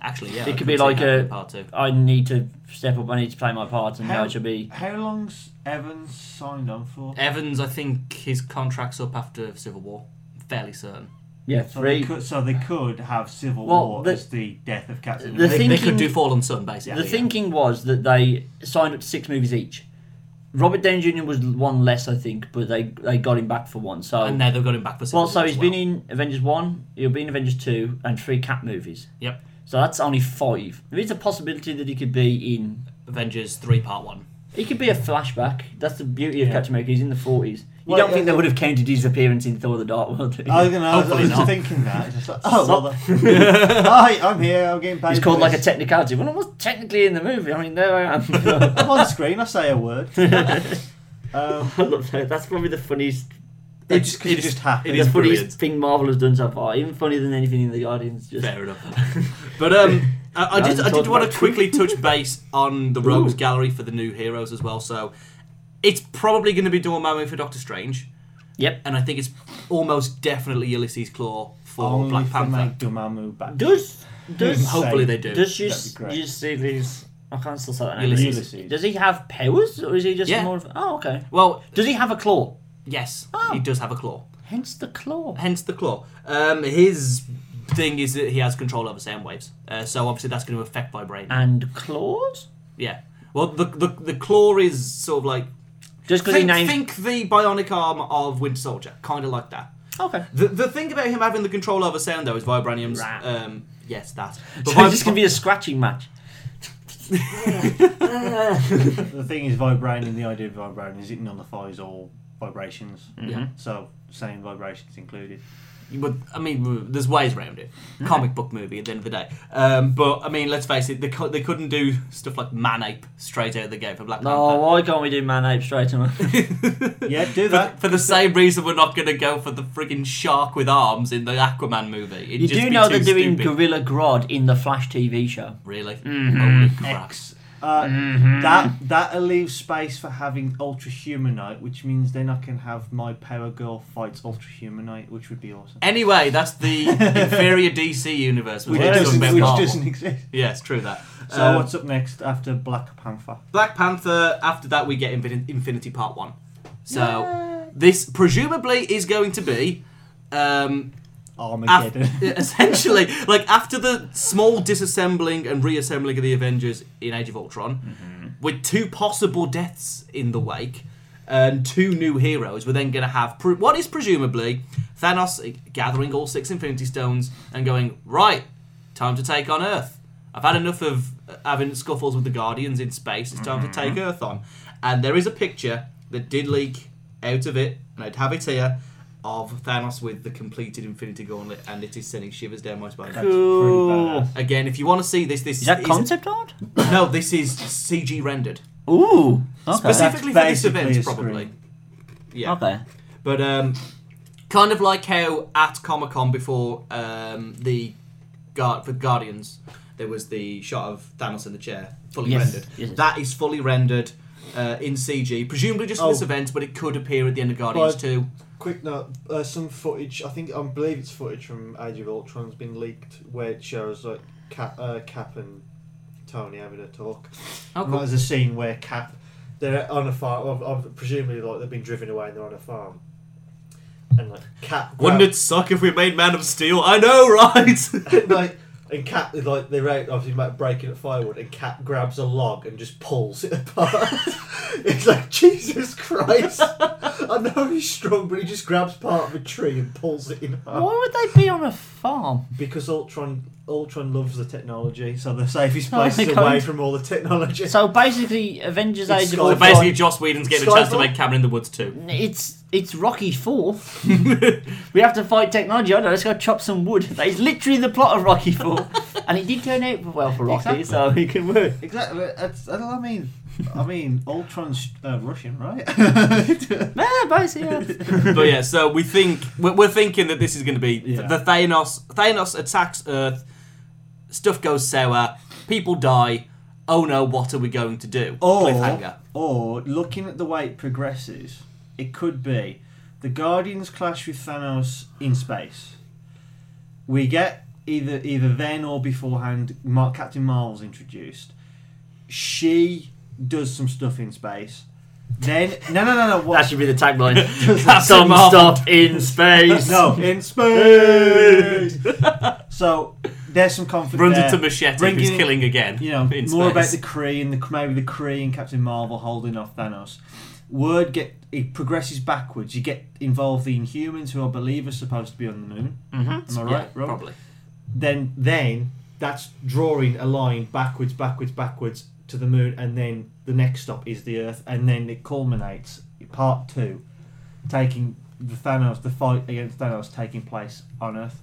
Actually, yeah. I
It could
can
be
see
like
that
a-
in part two.
I need to step up. I need to play my part, and now
How-
it should be.
How long's Evans signed on for?
Evans, I think his contract's up after Civil War. Fairly certain.
Yeah,
So they,
three.
could, so they could have Civil
Well,
War
the-
as the death of Captain
the
America.
They, they could
Thinking-
do Fallen Sun, basically.
The
yeah.
thinking was that they signed up to six movies each. Robert Downey Jr. was one less, I think, but they they got him back for one. So
And now they've got him back for Civil
Well, so
War.
he's
as
been in Avengers 1, he'll be in Avengers 2, and three Cap movies.
Yep.
So that's only five. There is a possibility that he could be in.
Avengers 3 Part 1.
He could be a flashback. That's the beauty of
Yeah.
Captain America. He's in the 40s. You
Well,
don't
yeah,
think they
yeah.
would have counted his appearance in Thor the Dark World? do you?
I was, gonna, I was, I
Hopefully
was
not.
thinking that. It's just like, oh, well, the- hi, I'm here. I'm getting paid.
He's called
for
like a
this.
technicality. Well, I was technically in the movie. I mean, there I am.
I'm on screen. I say a word. um,
I love that. That's probably the funniest.
it's just, it just happened.
it is
the funniest
brilliant.
thing Marvel has done so far. Even funnier than anything in the Guardians. Just
Fair enough. but um, I, I
Now
just
you
I
talk
did want
about-
to quickly touch base on the Rogues
Ooh.
Gallery for the new heroes as well. So it's probably going to be Dormammu for Doctor Strange,
Yep.
and I think it's almost definitely Ulysses Claw for
Only
oh, Black
for
Panther.
Make Dormammu back.
Does does
Hopefully they do.
Does
That'd be great.
Ulysses? I can't still say that name.
Ulysses.
Ulysses.
Does he have powers, or is he just
Yeah.
more of? Oh, okay.
Well,
Does he have a claw?
yes,
Oh.
he does have a claw.
Hence the claw.
Hence the claw. Um, his thing is that he has control over sound waves. Uh, so obviously that's going to affect vibrate.
And claws?
Yeah. Well, the, the the claw is sort of like
Just because he
think,
named.
think the bionic arm of Winter Soldier, kind of like that.
Okay.
The, the thing about him having the control over sound though is vibranium's.
Rah.
Um, yes, that.
So
But vib-
it's just gonna be a scratching match.
The thing is, vibrating. The idea of vibrating is it nullifies all vibrations.
Yeah.
So same vibrations included.
but I mean, there's ways around it. Comic book movie at the end of the day. Um, but I mean, let's face it, they, cou- they couldn't do stuff like Manape straight out of the gate for Black Panther.
No, why can't we do man ape straight away?
Yeah,
For,
do that. Uh,
for the same reason, we're not going to go for the friggin' shark with arms in the Aquaman movie. It'd
you
just
do
be
know
too
they're doing
stupid.
Gorilla Grodd in the Flash TV show.
really?
Mm-hmm.
Holy crap!
X. Uh,
Mm-hmm.
That that leaves space for having Ultra Humanite, which means then I can have my Power Girl fight Ultra Humanite, which would be awesome.
Anyway, that's the inferior DC universe.
Which,
We're talking
doesn't,
about
which
Marvel.
doesn't exist.
Yeah, it's true that.
So
Um,
what's up next after Black Panther?
Black Panther. After that, we get Infin- Infinity Part One. So this presumably is going to be um, af-
Armageddon.
essentially like after the small disassembling and reassembling of the Avengers in Age of Ultron,
Mm-hmm.
with two possible deaths in the wake. And two new heroes. We're then going to have pre- what is presumably Thanos gathering all six Infinity Stones and going right. Time to take on Earth. I've had enough of uh, having scuffles with the Guardians in space. It's time to
Mm-hmm.
take Earth on. And there is a picture that did leak out of it, and I'd have it here, of Thanos with the completed Infinity Gauntlet, and it is sending shivers down my spine.
That's pretty
Cool.
badass.
Again, if you want to see this, this
Is that concept art?
No, this is CG rendered
Ooh. Okay.
specifically for
That's
this event,
basically a
probably.
screen.
Yeah.
Okay.
But um, kind of like how at Comic Con before um, the guard for Guardians, there was the shot of Thanos in the chair, fully
Yes,
rendered.
yes.
That is fully rendered uh, in CG, presumably just for this
Oh.
event, but it could appear at the end of Guardians
But-
too.
Quick note: uh, some footage. I think I believe it's footage from Age of Ultron has been leaked, where it shows like Cap, uh, Cap and Tony having a talk.
Oh,
And
cool.
There's a scene where Cap, they're on a farm. Well, presumably, like they've been driven away and they're on a farm, and like Cap.
Wouldn't
grab-
it suck if we made Man of Steel? I know, right?
like and Cap like they're out obviously about breaking at firewood and Cap grabs a log and just pulls it apart. it's like Jesus Christ! I know he's strong, but he just grabs part of a tree and pulls it in half.
Why would they be on a farm?
Because Ultron Ultron loves the technology, so the safest
No,
place
they
is away
can't.
from all the technology.
So basically, Avengers
It's
Age
Skyfall.
of
so
Ultron.
basically, Joss Whedon's getting a chance to
Skyfall?
make Cabin in the Woods too.
it's it's Rocky Four. we have to fight technology. I don't know. Let's go chop some wood. That is literally the plot of Rocky Four, and it did turn out well for Rocky,
Exactly.
so it can work.
Exactly. That's, that's what I mean. I mean, Ultron's uh, Russian, right?
Yeah, basically. yeah.
but yeah, so we think we're, we're thinking that this is going to be th-
Yeah.
the Thanos. Thanos attacks Earth. Stuff goes sour. People die. Oh no! What are we going to do?
or,
Cliffhanger.
or looking at the way it progresses, it could be the Guardians clash with Thanos in space. We get either either then or beforehand. Mar- Captain Marvel's introduced. She does some stuff in space. Then no no no no
That
what?
should be the tagline.
Captain
Some
Marvel.
stuff in space.
no in space. so there's some conflict.
Runs
there.
into Machete,
Bringing
who's
in-
killing again.
you know,
in
more about
space.
the Kree and the maybe the Kree and Captain Marvel holding off Thanos. Word get it progresses backwards. You get involved in humans who I believe are supposed to be on the moon. Mm-hmm. Am I
Yeah,
right? Rob?
probably.
Then then that's drawing a line backwards, backwards, backwards to the moon, and then the next stop is the Earth, and then it culminates part two, taking the Thanos the fight against Thanos taking place on Earth.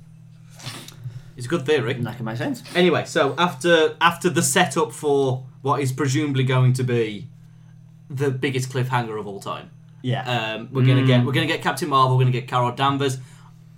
It's a good theory.
That can make sense.
Anyway, so after after the setup for what is presumably going to be the biggest cliffhanger of all time,
Yeah.
um, we're gonna get we're gonna get Captain Marvel, we're gonna get Carol Danvers.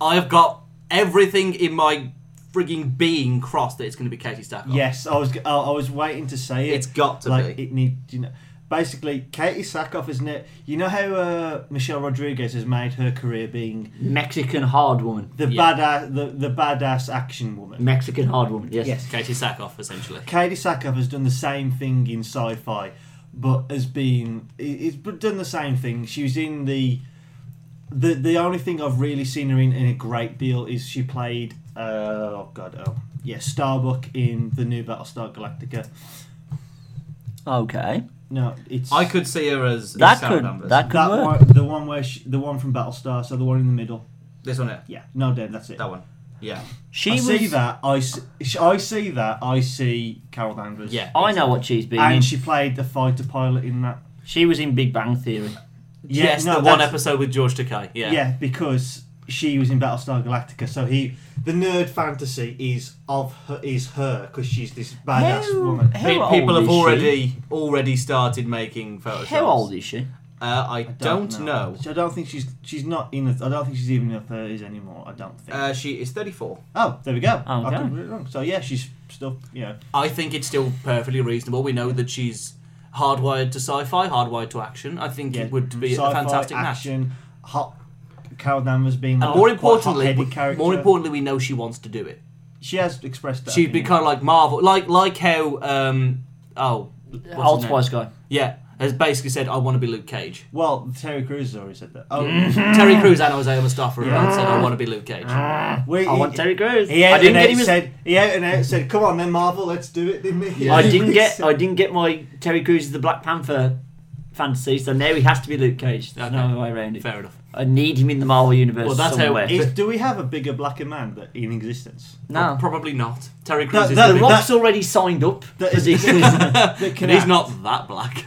I've got everything in my frigging being crossed that it's gonna be Katie Stackhoff.
Yes, I was g- I I was waiting to say it.
It's got to
like
be.
it need you know basically Katie Sackhoff isn't it you know how uh, Michelle Rodriguez has made her career being
Mexican hard woman.
the
Yeah.
badass the, the badass action woman
Mexican hard woman. Yes.
yes
Katie Sackhoff, essentially.
Katie Sackhoff has done the same thing in sci-fi but has been it's done the same thing she was in the the the only thing I've really seen her in in a great deal is she played uh, oh god oh yeah Starbuck in the new Battlestar Galactica
Okay.
no it's
I could see her as as
That
Carol
could
Danvers.
that could
that
work.
one, the one where she, the one from Battlestar, so the one in the middle.
this one, here.
Yeah, no, Dave, that's it.
that one, yeah,
She
I
was.
see that. I see, I see that. I see Carol Danvers.
yeah. Mm.
I know what she's been. in.
and
She,
she played the fighter pilot in that.
was in Big Bang Theory.
Yeah,
yes,
no,
the one
that's-
episode with George Takei. Yeah,
Yeah. because she was in Battlestar Galactica, so he
the nerd fantasy is of her, is her because she's this badass
How-
woman.
how
Pe-
old
people have
is she?
already already started making Photoshop.
How old is she?
Uh, I, don't, know.
I don't think she's she's not in. The, I don't think she's even in her thirties anymore. I don't think.
Uh, she is 34.
oh, there we go.
Oh,
I
okay.
could be wrong. So yeah, she's still you know.
I think it's still perfectly reasonable. We know that she's hardwired to sci-fi, hardwired to action. I think
Yeah,
it would be a
sci-fi,
fantastic match.
action, hot. Carol Danvers being
And more
quite
importantly,
hot-headed character.
more importantly, we know she wants to do it.
she has expressed that.
She'd be
opinion.
kind of like Marvel, like like how um oh what's her
Old
name?
Spice guy.
yeah has basically said I want to be Luke Cage.
Well, Terry Crews has already said that. Oh,
Terry Crews and Jose Mustafa have both said I want to be Luke Cage.
we,
I want Terry Crews.
He out
I
and
didn't get
out
him. as-
said. He out and out said, "Come on, then, Marvel, let's do it." Didn't he?
I didn't get. I didn't get my Terry Crews as the Black Panther fantasy. So now he has to be Luke Cage. There's no
Okay.
other way around it.
Fair enough.
I need him in the Marvel universe
Well, that's how-
somewhere.
Is, do we have a bigger blacker man that in existence?
no,
Probably not. Terry Crews is
that-
the
the
big-
Rock's already signed up.
That
for
is-
this.
That can
and he's
act?
not that black.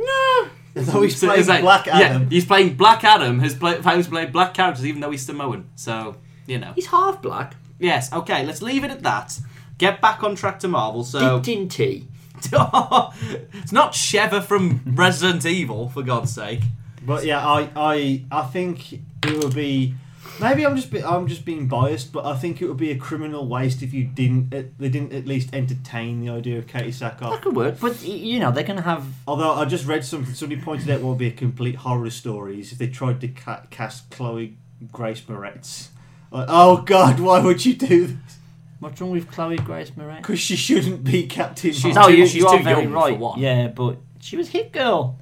Though he's
So
playing
it's like-
Black
Yeah,
Adam.
he's playing Black Adam. Has played, has played black characters even though he's Samoan. So you know.
He's half black,
Yes. Okay. Let's leave it at that. Get back on track to Marvel. So
dipped in tea.
it's not Sheva from Resident Evil, for God's sake.
But yeah, I, I, I think it would be. Maybe I'm just be, I'm just being biased, but I think it would be a criminal waste if you didn't at- they didn't at least entertain the idea of Katie
That
Sackhoff.
could work, but y- you know they're gonna have.
Although I just read something somebody pointed out what would be a complete horror story is if they tried to ca- cast Chloe Grace Moretz. Like, oh God, why would you do this?
What's wrong with Chloe Grace Moretz?
Because she shouldn't be Captain
She's-
Marvel.
no,
too-
you,
she's
you are
too
very
young for
right.
one.
Yeah, but she was Hit Girl.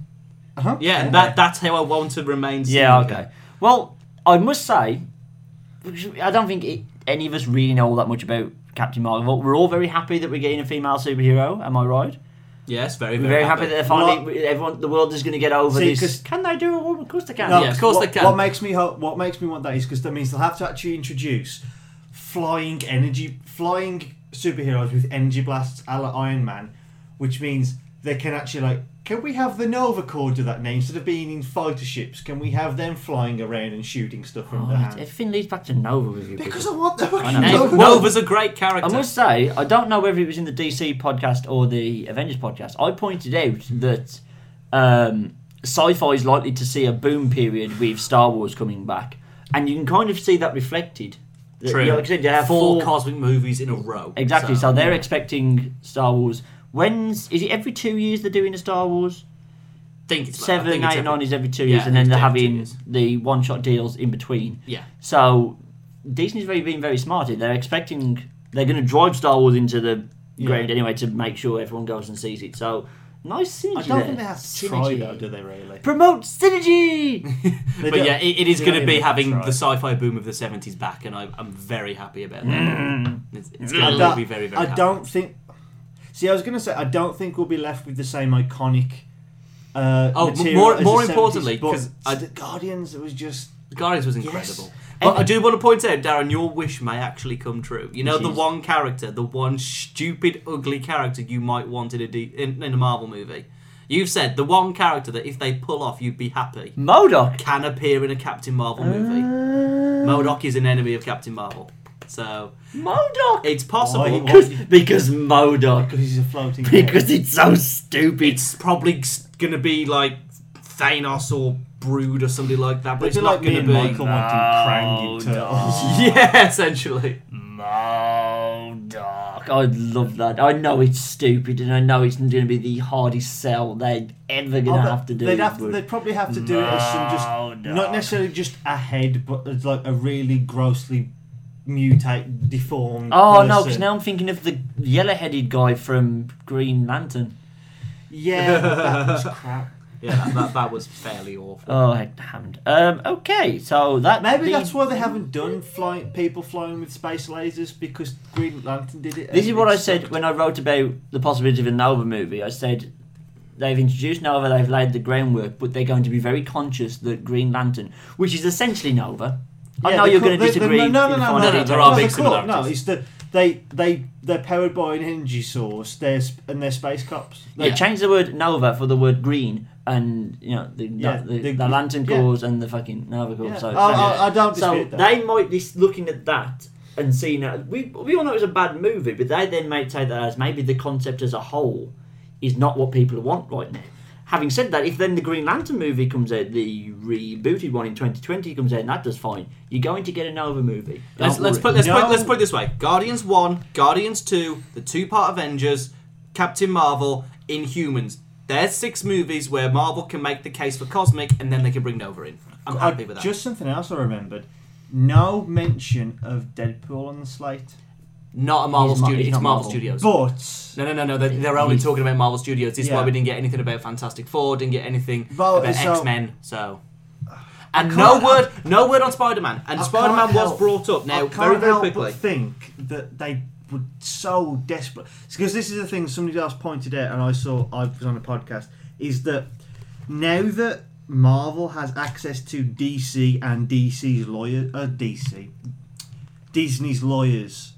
Uh-huh.
Yeah. That that's how I want to remain.
Yeah,
single.
okay. Well, I must say, I don't think it, any of us really know all that much about Captain Marvel. We're all very happy that we're getting a female superhero. Am I right?
Yes, very,
We're
very,
very happy that they're finally
What-
everyone, the world is going to get over
See, 'cause-
this. Can they do it? Well, Of course they can.
No,
Yeah, of course
what,
they can.
What makes me ho- what makes me want that is because that means they'll have to actually introduce flying energy, flying superheroes with energy blasts, a la Iron Man, which means they can actually like. Can we have the Nova Corps do that now instead of being in fighter ships? Can we have them flying around and shooting stuff from
Oh,
their
it-
hands?
everything leads back to Nova with you.
Because I
people.
want them.
I know.
Hey,
No,
Nova's a great character.
I must say, I don't know whether it was in the DC podcast or the Avengers podcast. I pointed out that um, sci-fi is likely to see a boom period with Star Wars coming back, and you can kind of see that reflected. That,
True.
You know, like I said, you have
four
four-
cosmic movies in a row.
exactly. So, they're expecting Star Wars. When's is it every two years they're doing a Star Wars?
think it's
Seven,
I
eight,
think
nine
it's every-
is every two
yeah,
years, and then
it's
they're
every two
having
years.
the one-shot deals in between.
Yeah.
So Disney's very being very smart. here. They're expecting they're going to drive Star Wars into the ground anyway to make sure everyone goes and sees it. So nice synergy.
I don't
there.
think they have to try
Synergy.
though, do they really?
Promote synergy.
They
But
don't-
yeah, it, it is
they
going to
don't
be
even have to
having
try.
the sci-fi boom of the seventies back, and I, I'm very happy about that. It's, it's
I
going to
don't-
be very, very.
I
happy.
don't think. See, I was going to say I don't think we'll be left with the same iconic. Uh,
Oh, m-
material
more-
as the
more
70s,
importantly,
but
'cause I-
the Guardians it was just
Guardians was
Yes.
incredible. But
And-
I do want to point out, Darren, your wish may actually come true. You know,
Which
the
is?
one character, the one stupid, ugly character you might want in a, D- in, in a Marvel movie. You've said the one character that if they pull off, you'd be happy
Modoc.
can appear in a Captain Marvel movie.
Uh.
Modoc is an enemy of Captain Marvel, so
Modoc.
it's possible.
Why-
Because, because Modoc.
because he's a floating.
Because it's so stupid.
It's probably going to be like Thanos or Brood or somebody like that, but it's
It'd be
not
like me
going to
and
be.
Michael wanting Krang
No,
in Turtles.
Yeah, essentially.
Modoc. I love that. I know it's stupid, and I know it's going to be the hardest sell they're ever going
Oh, but
to have to do.
They'd, have to,
but-
they'd probably have to do it as some just
Modoc.
not necessarily just a head, but as like a really grossly mutate deformed.
Oh no! Because
person.
now I'm thinking of the yellow-headed guy from Green Lantern.
yeah, but that was crap.
Yeah, that, that, that was fairly awful.
Oh, I haven't. Um, okay, so that
Maybe
the-
that's why they haven't done fly, people flying with space lasers because Green Lantern did it.
This
and
is what
it
I said
sucked.
when I wrote about the possibility of a Nova movie. I said they've introduced Nova, they've laid the groundwork, but they're going to be very conscious that Green Lantern, which is essentially Nova. I
Yeah,
know
the
you're
co-
going to
the- the-
disagree.
No, no,
with
no,
the
no,
final
no, no,
detail.
there are
no,
big
the core- No,
similarities.
it's that they they they're powered by an energy source. They're sp- and they're space cops.
They
Yeah.
changed the word Nova for the word green, and you know the
Yeah,
the, the,
the-
lantern
yeah.
cores and the fucking Nova cores.
Yeah.
So,
Oh,
so-
I, I don't
so
dispute that.
they might be looking at that and seeing that we we all know it's a bad movie, but they then may take that as maybe the concept as a whole is not what people want right now. Having said that, if then the Green Lantern movie comes out, the rebooted one in 2020 comes out, and that does fine, you're going to get a Nova movie.
Let's,
Don't
let's
worry.
put let's
No.
put let's put it this way: Guardians one, Guardians two, the two part Avengers, Captain Marvel, Inhumans. There's six movies where Marvel can make the case for cosmic, and then they can bring Nova in. I'm
I-
happy with that.
Just something else I remembered. No mention of Deadpool on the slate,
not a Marvel
He's Mar-
studio.
he's
It's
not
Marvel,
Marvel.
Studios.
but
No, no, no, no. They're, they're only
He's-
talking about Marvel Studios. This is why
Yeah.
we didn't get anything about Fantastic Four. Didn't get anything
Well,
about
so-
X Men. So. And no
can't-
word, no word on Spider Man. And
I
Spider Man
can't
was
help-
brought up
I
now
can't
very, very
help
quickly.
but think that they were so desperate because this is the thing somebody else pointed out, and I saw I was on a podcast is that now that Marvel has access to DC and DC's lawyer, uh, DC, Disney's lawyers,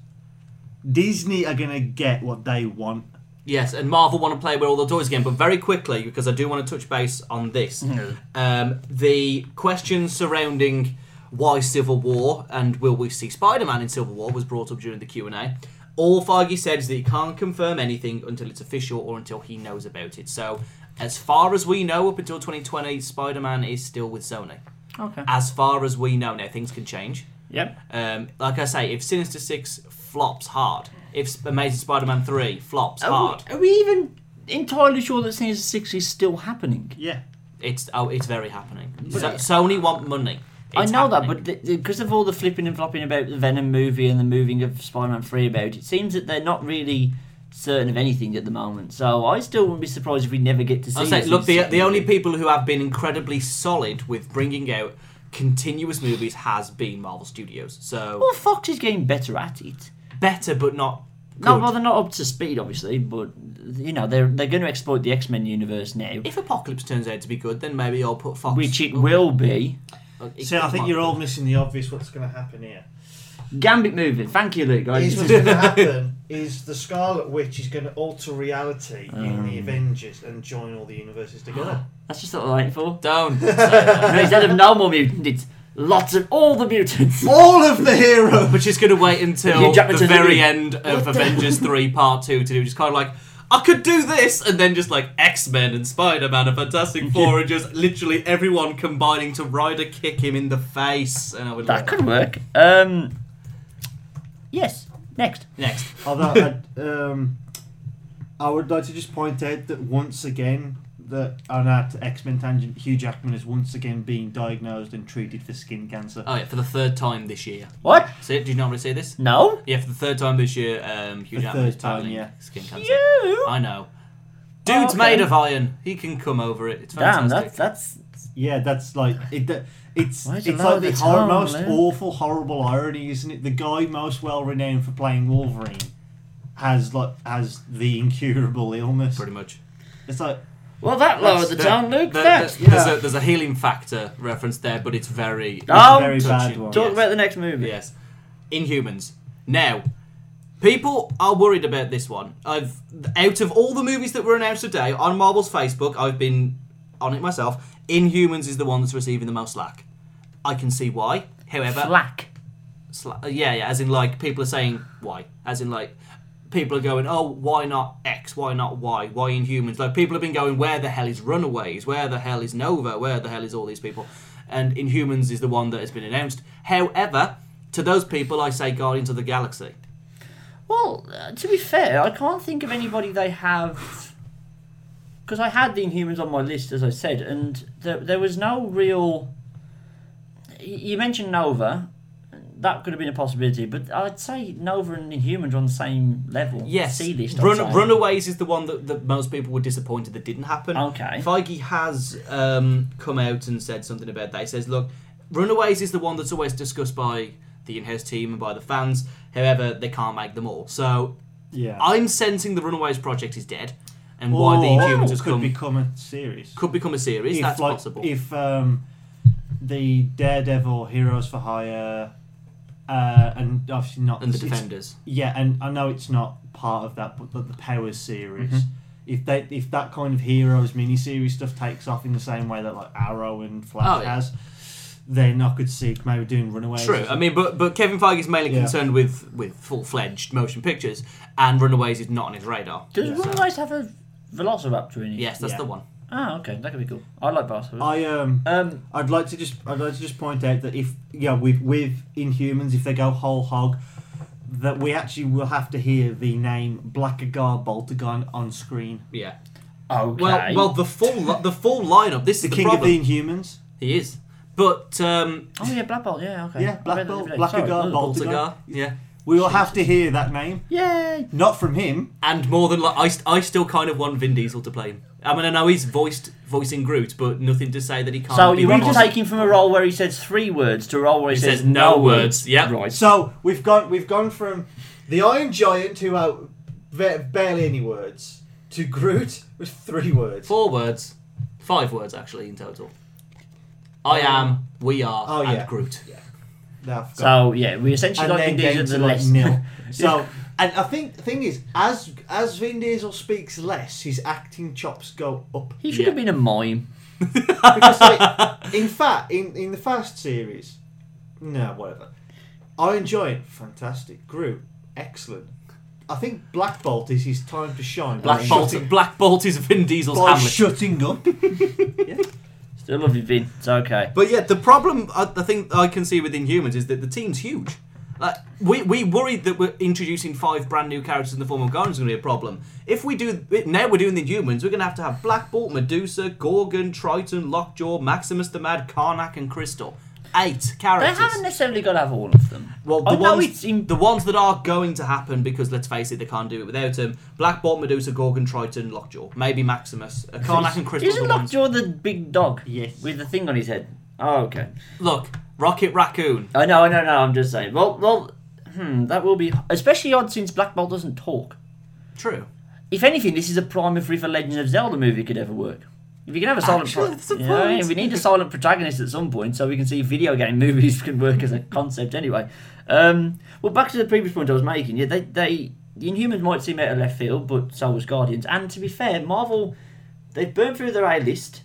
Disney are gonna get what they want.
Yes, and Marvel want to play with all the toys again, but very quickly because I do want to touch base on this. Um, the questions surrounding why Civil War and will we see Spider-Man in Civil War was brought up during the Q and A. All Feige said is that he can't confirm anything until it's official or until he knows about it. So, as far as we know, up until 2020, Spider-Man is still with Sony.
Okay.
As far as we know, now things can change.
Yep.
Um, like I say, if Sinister Six flops hard, if Amazing Spider-Man Three flops
Are
hard,
we, are we even entirely sure that Sinister Six is still happening?
Yeah.
It's oh, it's very happening. So, Sony want money.
I
It's
know
happening.
that, but because of all the flipping and flopping about the Venom movie and the moving of Spider-Man Three about, it seems that they're not really certain of anything at the moment. So I still wouldn't be surprised if we never get to see.
I say,
this
look, the
second
the only
movie.
people who have been incredibly solid with bringing out continuous movies has been Marvel Studios. So
Well, Fox is getting better at it.
better, but not good.
No, well, they're not up to speed, obviously, but you know they're they're going to exploit the X Men universe now,
if Apocalypse turns out to be good, then maybe I'll put Fox.
which it will be.
It
See, I think
might
you're
be.
all missing the obvious. What's going to happen here?
Gambit movie. Thank you, Luke. I
Is
just-
what's going to happen is the Scarlet Witch is going to alter reality in the Avengers and join all the universes together.
That's just what I'm waiting for.
Don't. say that.
And instead of normal mutant, it's lots of all the mutants.
All of the heroes.
But she's going to wait until
Hugh Jackman
the
to the
very
moon.
end of Avengers 3 Part 2 to do just kind of like, I could do this, and then just like X Men and Spider Man and Fantastic Four, and just literally everyone combining to rider kick him in the face. And I would
That
like,
could work. Um, yes. Next.
next.
Although I'd, um, I would like to just point out that once again, that on that X Men tangent, Hugh Jackman is once again being diagnosed and treated for skin cancer.
Oh, yeah, for the third time this year.
What?
See, did you not really see this?
No.
Yeah, for the third time this year, um, Hugh
The
Jackman is
third time,
battling
yeah.
skin cancer.
You.
I know. Dude's
okay.
made of iron. He can come over it. It's
Damn.
fantastic.
That's that's.
Yeah, that's like it. that- It's
Why'd
it's
you lower
like the
the
hor-
tone,
most
Lou?
awful, horrible irony, isn't it? The guy most well renowned for playing Wolverine has like has the incurable illness.
Pretty much.
It's like
Well, that lowered the
The-
tone, Luke.
the-
Thanks.
the- there's, a, there's a healing factor reference there, but it's very.
Oh,
very bad
touching.
one.
Talk
yes.
about the next movie.
Yes. Inhumans. Now, people are worried about this one. I've out of all the movies that were announced today on Marvel's Facebook, I've been on it myself. Inhumans is the one that's receiving the most slack. I can see why. However,
Slack.
Sla- uh, yeah, yeah, as in like people are saying why, as in like people are going, oh, why not X, why not Y, why Inhumans? Like people have been going, where the hell is Runaways, where the hell is Nova, where the hell is all these people, and Inhumans is the one that has been announced. However, to those people, I say Guardians of the Galaxy.
Well, uh, to be fair, I can't think of anybody they have. Because I had the Inhumans on my list, as I said, and there, there was no real. Y- You mentioned Nova. That could have been a possibility, but I'd say Nova and Inhumans are on the same level.
Yes,
C list. I'd
Run-
say.
Runaways is the one that, that most people were disappointed that didn't happen.
Okay.
Feige has um, come out and said something about that. He says, look, Runaways is the one that's always discussed by the in-house team and by the fans. However, they can't make them all. So
yeah.
I'm sensing the Runaways project is dead, and why the
Or
Inhumans has
Oh, could
come
become a series.
could become a series.
if,
that's
like,
possible.
If um, the Daredevil, Heroes for Hire, uh, and obviously not
and the
it's-
Defenders.
Yeah, and I know it's not part of that, but the, the Powers series.
Mm-hmm.
If they if that kind of heroes miniseries stuff takes off in the same way that like Arrow and Flash
Oh, yeah.
has, then I could see maybe doing Runaways.
True. I mean, but but Kevin Feige is mainly
Yeah.
concerned with with full fledged motion pictures, and Runaways is not on his radar.
Does
Yeah.
Runaways have a Velociraptor in it?
Yes, that's
Yeah.
the one.
Ah, okay, that could be cool. I like Velociraptor.
I um
Um,
I'd like to just I'd like to just point out that if yeah with with Inhumans if they go whole hog, that we actually will have to hear the name Blackagar Boltagon on screen.
Yeah.
okay.
Well, well, the full li- the full lineup. This is
The
the,
King
problem.
of the Inhumans.
He is, but um,
oh yeah, Black Bolt. Yeah, okay.
Yeah,
I
Black
read that
Bolt,
the other day.
Black
Sorry.
Agar,
Ooh.
Bolt.
Poltergar, yeah,
We will have to hear that name,
Yay!
not from him.
and more than like, I, st- I still kind of want Vin Diesel to play him. I mean, I know he's voiced voicing Groot, but nothing to say that he can't.
So
be
you want to
Ross.
take him from a role where he says three words to a role where he,
He
says,
says no words. Yep.
Right.
So we've gone we've gone from
The Iron Giant, who out ba- barely any words, to Groot with three words.
four words, five words actually in total. I am, we are,
Oh,
and
yeah.
Groot.
no, I've got-
So yeah, we essentially
and
like
then
Vin
down
Diesel
to
the
like
less.
nil. So and I think the thing is as as Vin Diesel speaks less, his acting chops go up.
he should
Yeah.
have been a mime.
Because, like, in fact, in, in the Fast series, no, whatever. Iron Giant, fantastic. Groot, excellent. I think Black Bolt is his time to shine. by
Black Bolt.
shutting-
Black Bolt is Vin Diesel's
by
Hamlet.
shutting up.
Still love you, Vin. It's okay.
But yeah, the problem I, the thing I can see within humans is that the team's huge. Like we we worried that we're introducing five brand new characters in the form of Guardians is going to be a problem. If we do now, we're doing the humans. We're going to have to have Black Bolt, Medusa, Gorgon, Triton, Lockjaw, Maximus the Mad, Karnak, and Crystal. Eight
They
characters.
haven't necessarily got to have all of them.
Well, the
I
ones
know Oh, it's in-
the ones that are going to happen because let's face it, they can't do it without him. Black Bolt, Medusa, Gorgon, Triton, Lockjaw, maybe Maximus, uh, Karnak, and Crystal.
Isn't Lockjaw the big dog?
Yes.
With the thing on his head. Oh, okay.
Look, Rocket Raccoon.
I know, I know, no. I'm just saying. Well, well, hmm, that will be especially odd since Black Bolt doesn't talk.
True.
If anything, this is a prime if if a Legend of Zelda movie could ever work. If you can have a silent,
Actually, that's a
You know what I mean?
point.
we need a silent protagonist at some point so we can see video game movies can work as a concept anyway. Um, well, back to the previous point I was making. Yeah, they they the Inhumans might seem out of left field, but so was Guardians. And to be fair, Marvel they've burned through their A list.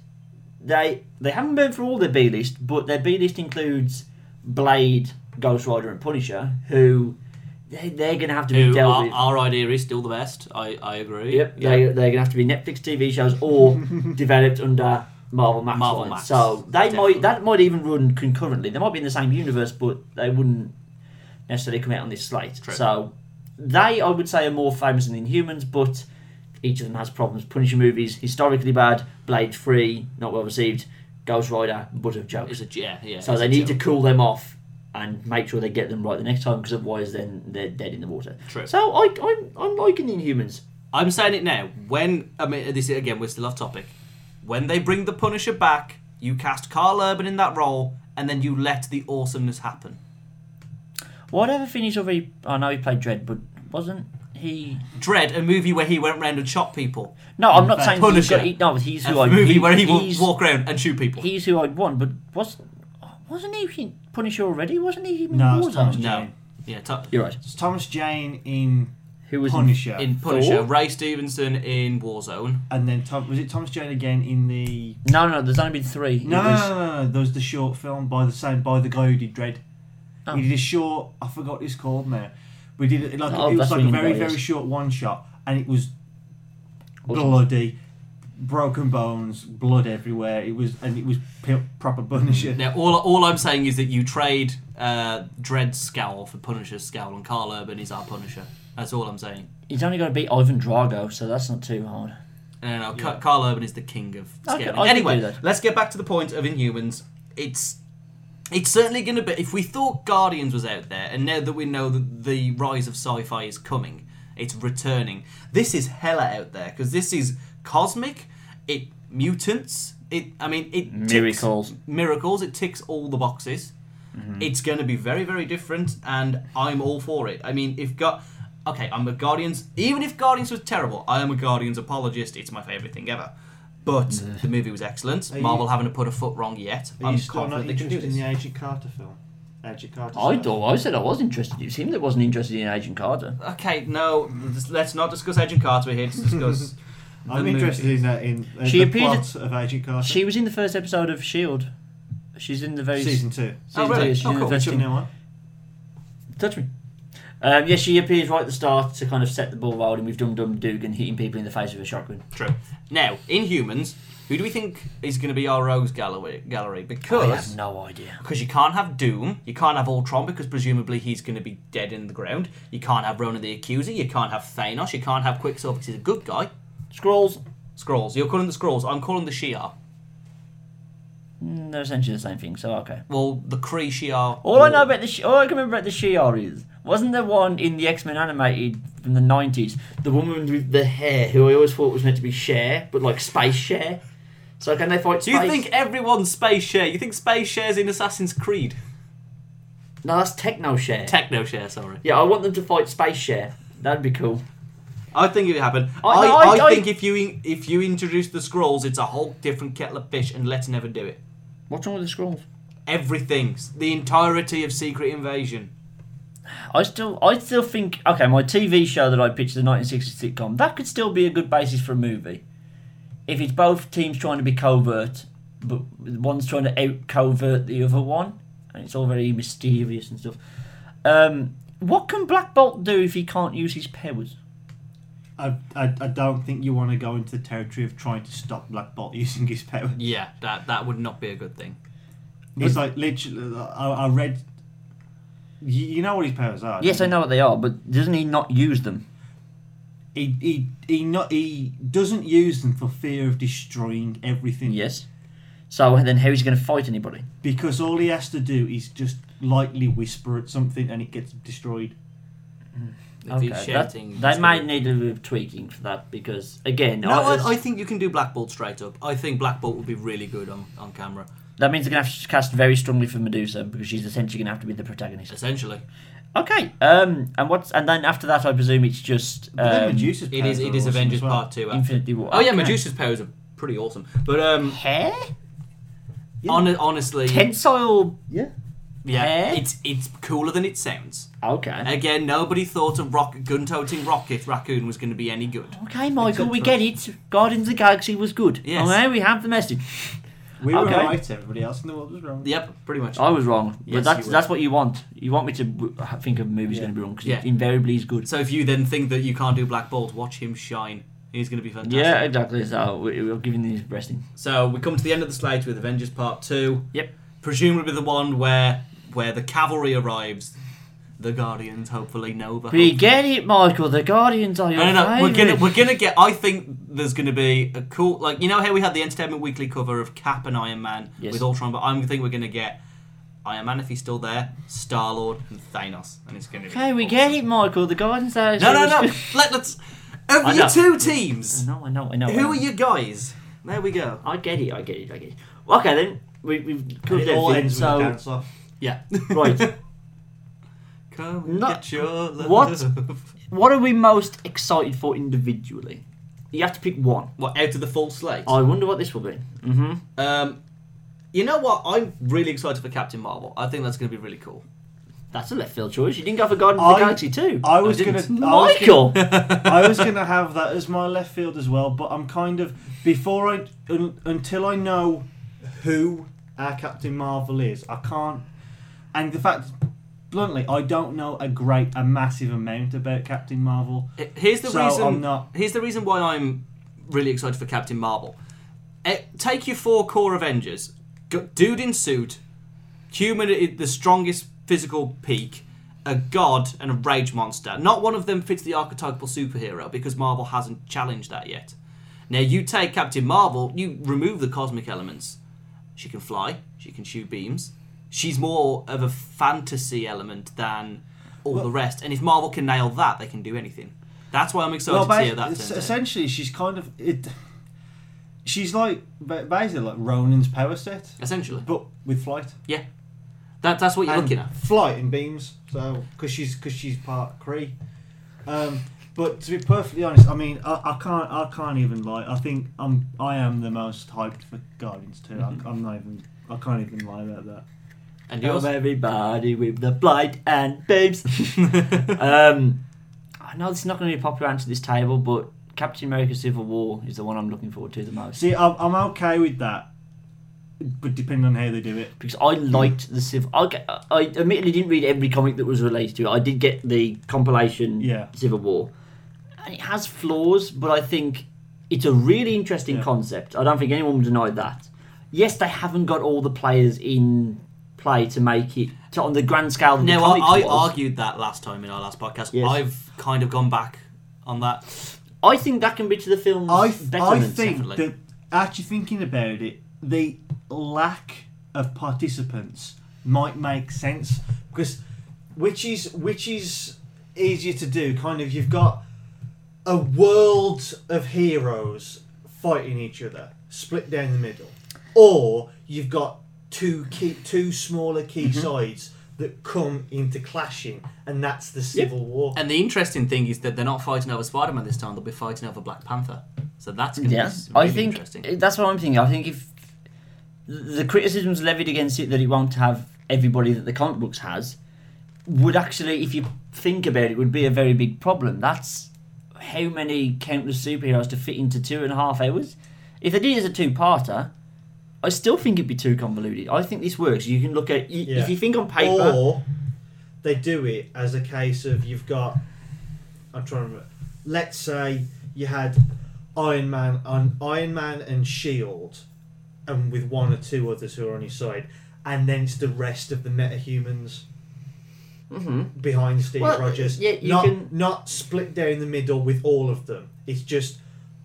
They they haven't burned through all their B list, but their B list includes Blade, Ghost Rider, and Punisher, who they, they're going to have to be
Who,
dealt
our,
with.
our idea is still the best. I, I agree.
Yep,
Yeah.
They, they're going to have to be Netflix TV shows or developed under Marvel Max.
Marvel
lines.
Max,
So they
definitely.
might that might even run concurrently. They might be in the same universe, but they wouldn't necessarily come out on this slate.
True.
So they, I would say, are more famous than Inhumans, but each of them has problems. Punisher movies historically bad, Blade Three not well received, Ghost Rider butt of jokes.
It's a yeah, yeah.
So
it's
they
a
need to
joke.
cool them off and make sure they get them right the next time, because otherwise, then they're dead in the water.
True.
So I, I'm, I'm liking the Inhumans.
I'm saying it now. When I mean this is- again, we're still off topic. When they bring the Punisher back, you cast Carl Urban in that role, and then you let the awesomeness happen.
Whatever Finney's already. I know he played Dread, but wasn't he?
Dread, a movie where he went round and shot people.
No, I'm not saying he's
Punisher.
got. He, no, he's
A
who I.
movie
he-
where he would
he's-
walk around and shoot people.
He's who I'd want, but was wasn't he in Punisher already? Wasn't he in
No, it's Thomas
Warzone?
no,
Jane.
yeah, top,
You're right.
It's Thomas Jane in
Who was in-
Punisher,
in Punisher,
Thor?
Ray Stevenson in Warzone.
and then Tom, was it Thomas Jane again in the?
No, no, there's only been three. It
No, no,
was-
no, no, no, There was the short film by the same by the guy who did Dread.
Oh.
He did a short. I forgot what it's called now. We did it like
Oh,
it was
that's
like a
ringing a
very
bell, yes.
very short one shot, and it was
Awesome.
bloody, broken bones, blood everywhere. It was and it was p- proper Punisher.
Now, all, all I'm saying is that you trade uh, Dread's scowl for Punisher's scowl, and Carl Urban is our Punisher. That's all I'm saying.
He's only going to beat Ivan Drago, so that's not too hard.
No, no, no. Ca- Carl Urban is the king of
I
scaring.
could- I could do
anyway,
that.
let's get back to the point of Inhumans. It's it's certainly going to be. If we thought Guardians was out there, and now that we know that the rise of sci-fi is coming, it's returning. This is hella out there because this is cosmic. It mutants. It. I mean, it
Mm.
ticks-
Miracles.
miracles. It ticks all the boxes.
Mm-hmm.
It's going to be very, very different, and I'm all for it. I mean, if got okay, I'm a Guardians. Even if Guardians was terrible, I am a Guardians apologist. It's my favorite thing ever. But the movie was excellent.
Are you-
Marvel haven't put a foot wrong yet.
Are
I'm
you still not
confident they can do
interested in
this.
the Agent Carter film? Agent Carter.
I
saga?
thought I said I was interested. It was him that wasn't interested in Agent Carter.
Okay, no, let's- let's not discuss Agent Carter. We're here to discuss. the
I'm
movie.
interested in that in uh,
She
the
appeared
plot of Agent Carter.
She was in the first episode of Shield. E She's in the very
season two.
season
Oh, really?
two, she's
Oh,
in the
cool.
first
Do you know what?
Touch me. Um, yeah, she appears right at the start to kind of set the ball rolling with Dum Dum Dugan hitting people in the face with a shotgun.
True. Now, in humans, who do we think is going to be our rogues gallery? Gallery because
I have no idea.
because you can't have Doom, you can't have Ultron because presumably he's going to be dead in the ground. You can't have Ronan the Accuser, you can't have Thanos, you can't have Quicksilver because he's a good guy.
Scrolls,
Scrolls, you're calling the Scrolls, I'm calling the Shi'ar.
mm, they're essentially the same thing, so okay.
Well, the Kree Shi'ar.
All I know about the Shi- all I can remember about the Shi'ar is wasn't there one in the X Men animated from the nineties? The woman with the hair who I always thought was meant to be Cher, but like Space Cher. So can they fight
Do
space?
you think everyone's Space Share? You think Space Share's in Assassin's Creed?
No, that's Techno Cher.
Techno Share, sorry.
yeah, I want them to fight Space Cher. That'd be cool.
I think it would happen. I,
I-
I,
I- I-
think if you if you introduce the Scrolls, it's a whole different kettle of fish, and let's never do it.
What's wrong with the scrolls?
Everything, the entirety of Secret Invasion.
I still, I still think okay, my TV show that I pitched the 1960s sitcom that could still be a good basis for a movie, if it's both teams trying to be covert, but one's trying to out covert the other one, and it's all very mysterious and stuff. Um, what can Black Bolt do if he can't use his powers?
I, I, I don't think you want to go into the territory of trying to stop Black Bolt using his power.
Yeah, that that would not be a good thing.
It's like literally, I, I read. You, you know what his powers are.
Yes, I
don't you?
know what they are, but doesn't he not use them?
He he he not he doesn't use them for fear of destroying everything.
Yes. So then, how is he going to fight anybody?
Because all he has to do is just lightly whisper at something and it gets destroyed.
If
Okay,
he's
that-
shouting,
they
it's
might
gonna-
need a little tweaking for that because again,
No,
I,
I, I think you can do Black Bolt straight up. I think Black Bolt would be really good on, on camera.
That means they're going to have to cast very strongly for Medusa because she's essentially going to have to be the protagonist.
Essentially,
Okay. Um. And what's and then after that, I presume it's just
But then
um,
Medusa's
it is.
powers
It is
are awesome
Avengers
as well.
Part Two. after.
Infinity War.
Oh yeah,
Okay.
Medusa's powers are pretty awesome. But um,
Hair?
hon- honestly,
Tensile.
Yeah.
yeah,
hair?
it's it's cooler than it sounds.
Okay.
Again, nobody thought a rock gun-toting rocket raccoon was going to be any good.
Okay, Michael, we get it. Guardians of the Galaxy was good.
Yes.
Okay, we have the message.
We were
Okay.
right. Everybody else in the world was wrong.
Yep, pretty much.
I was wrong,
Yes,
but that's
you were.
that's what you want. You want me to w- think of movies
Yeah.
going to be wrong because
Yeah.
it invariably is good.
So if you then think that you can't do Black Bolt, watch him shine. He's going to be fantastic.
yeah, exactly. So we- we're giving these resting.
So we come to the end of the slate with Avengers Part Two.
Yep.
Presumably the one where where the cavalry arrives, the Guardians hopefully Nova.
We
hopefully-
get it, Michael. The Guardians are your
No, no, no. We're gonna
favourite.
we're gonna get. I think there's gonna be a cool like you know how we had the Entertainment Weekly cover of Cap and Iron Man
Yes.
with Ultron, but I'm think we're gonna get Iron Man if he's still there, Star Lord and Thanos, and it's gonna be.
Okay, we get
awesome.
it, Michael. The Guardians are.
No, no, no. Let, let's.
I
Of your
know.
two teams,
No, I know, I know. I know.
who are you guys? There we go.
I get it. I get it. I get it. Well, okay, then we, we've covered
It all
everything.
ends with a
So
dance off.
Yeah.
right,
Come and
No-
get your love.
what? what are we most excited for individually? You have to pick one.
What out of the full slate?
I wonder what this will be. Mm-hmm.
Um, you know what? I'm really excited for Captain Marvel. I think that's going to be really cool.
That's a left field choice. You didn't go for Guardians of
I-
the Galaxy too.
I was
I
gonna.
didn't.
I was gonna-
Michael.
I was gonna have that as my left field as well, but I'm kind of before I un, until I know who our Captain Marvel is, I can't. And the fact, bluntly, I don't know a great, a massive amount about Captain Marvel.
H- Here's the
So
reason.
I'm not-
Here's the reason why I'm really excited for Captain Marvel. Eh, take your four core Avengers: G- dude in suit, human at the strongest physical peak, a god, and a rage monster. Not one of them fits the archetypal superhero because Marvel hasn't challenged that yet. Now you take Captain Marvel, you remove the cosmic elements. She can fly. She can shoot beams. She's more of a fantasy element than all the rest. And if Marvel can nail that, they can do anything. That's why I'm excited
well,
to
ba-
hear that.
es-
turns out.
essentially, she's kind of it. She's like ba- basically like Ronan's power set,
Essentially,
but with flight.
yeah. That, that's what you're
and
looking at.
Flight and beams, so because she's because she's part Cree. Um, but to be perfectly honest, I mean, I, I can't I can't even lie. I think I'm I am the most hyped for Guardians Two.
Mm-hmm.
I, I'm not even I can't even lie about that.
And
Help
yours?
everybody with the blind and babes. um, I know this is not going to be a popular answer to this table, but Captain America: Civil War is the one I'm looking forward to the most
See, I'm, I'm okay with that, but depending on how they do it.
because I liked the Civil. I, get- I admittedly didn't read every comic that was related to it. I did get the compilation
Yeah.
Civil War, and it has flaws, but I think it's a really interesting
Yeah.
concept. I don't think anyone would deny that. Yes, they haven't got all the players in play to make it to, on the grand scale. That
No,
the
I,
comics
I
was.
argued that last time in our last podcast.
Yes.
I've kind of gone back on that.
I think that can be to the film's
I I
betterment.
think
definitely.
that actually thinking about it, the lack of participants might make sense because
which is which is easier to do. Kind of, you've got a world of heroes fighting each other, split down the middle, or you've got two key, two smaller key sides that come into clashing, and that's the civil war.
And the interesting thing is that they're not fighting over Spider Man this time, they'll be fighting over Black Panther. So that's going to
yeah,
be really
I think
interesting.
that's what I'm thinking. I think if the criticisms levied against it that it won't have everybody that the comic books has would actually, if you think about it, would be a very big problem. That's how many countless superheroes to fit into two and a half hours. If they did it as a two-parter, I still think it'd be too convoluted. I think this works. You can look at y
Yeah.
if you think on paper.
Or they do it as a case of you've got. I'm trying to remember. Let's say you had Iron Man on Iron Man and Shield, E and with one or two others who are on your side, and then it's the rest of the metahumans behind Steve
Mm-hmm. Well,
Rogers.
yeah, you
not
can-
not split down the middle with all of them. It's just.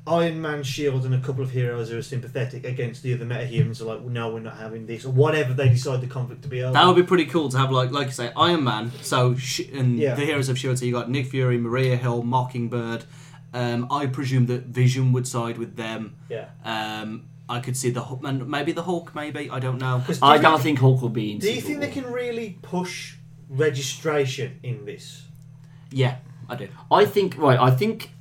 Iron Man, Shield, E and a couple of heroes who are sympathetic against the other metahumans are like, no, we're not having this, or whatever they decide the conflict to be over.
That would be pretty cool to have, like, like you say, Iron Man. So, sh- and
Yeah.
the heroes of Shield. So you got Nick Fury, Maria Hill, Mockingbird. Um, I presume that Vision would side with them.
yeah.
Um, I could see the Hu- and maybe the Hulk. Maybe I don't know.
'Cause do
I
you
don't
think-
think Hulk will be in.
Do you
Civil
think they
War.
can really push registration in this?
Yeah, I do.
I think right. I think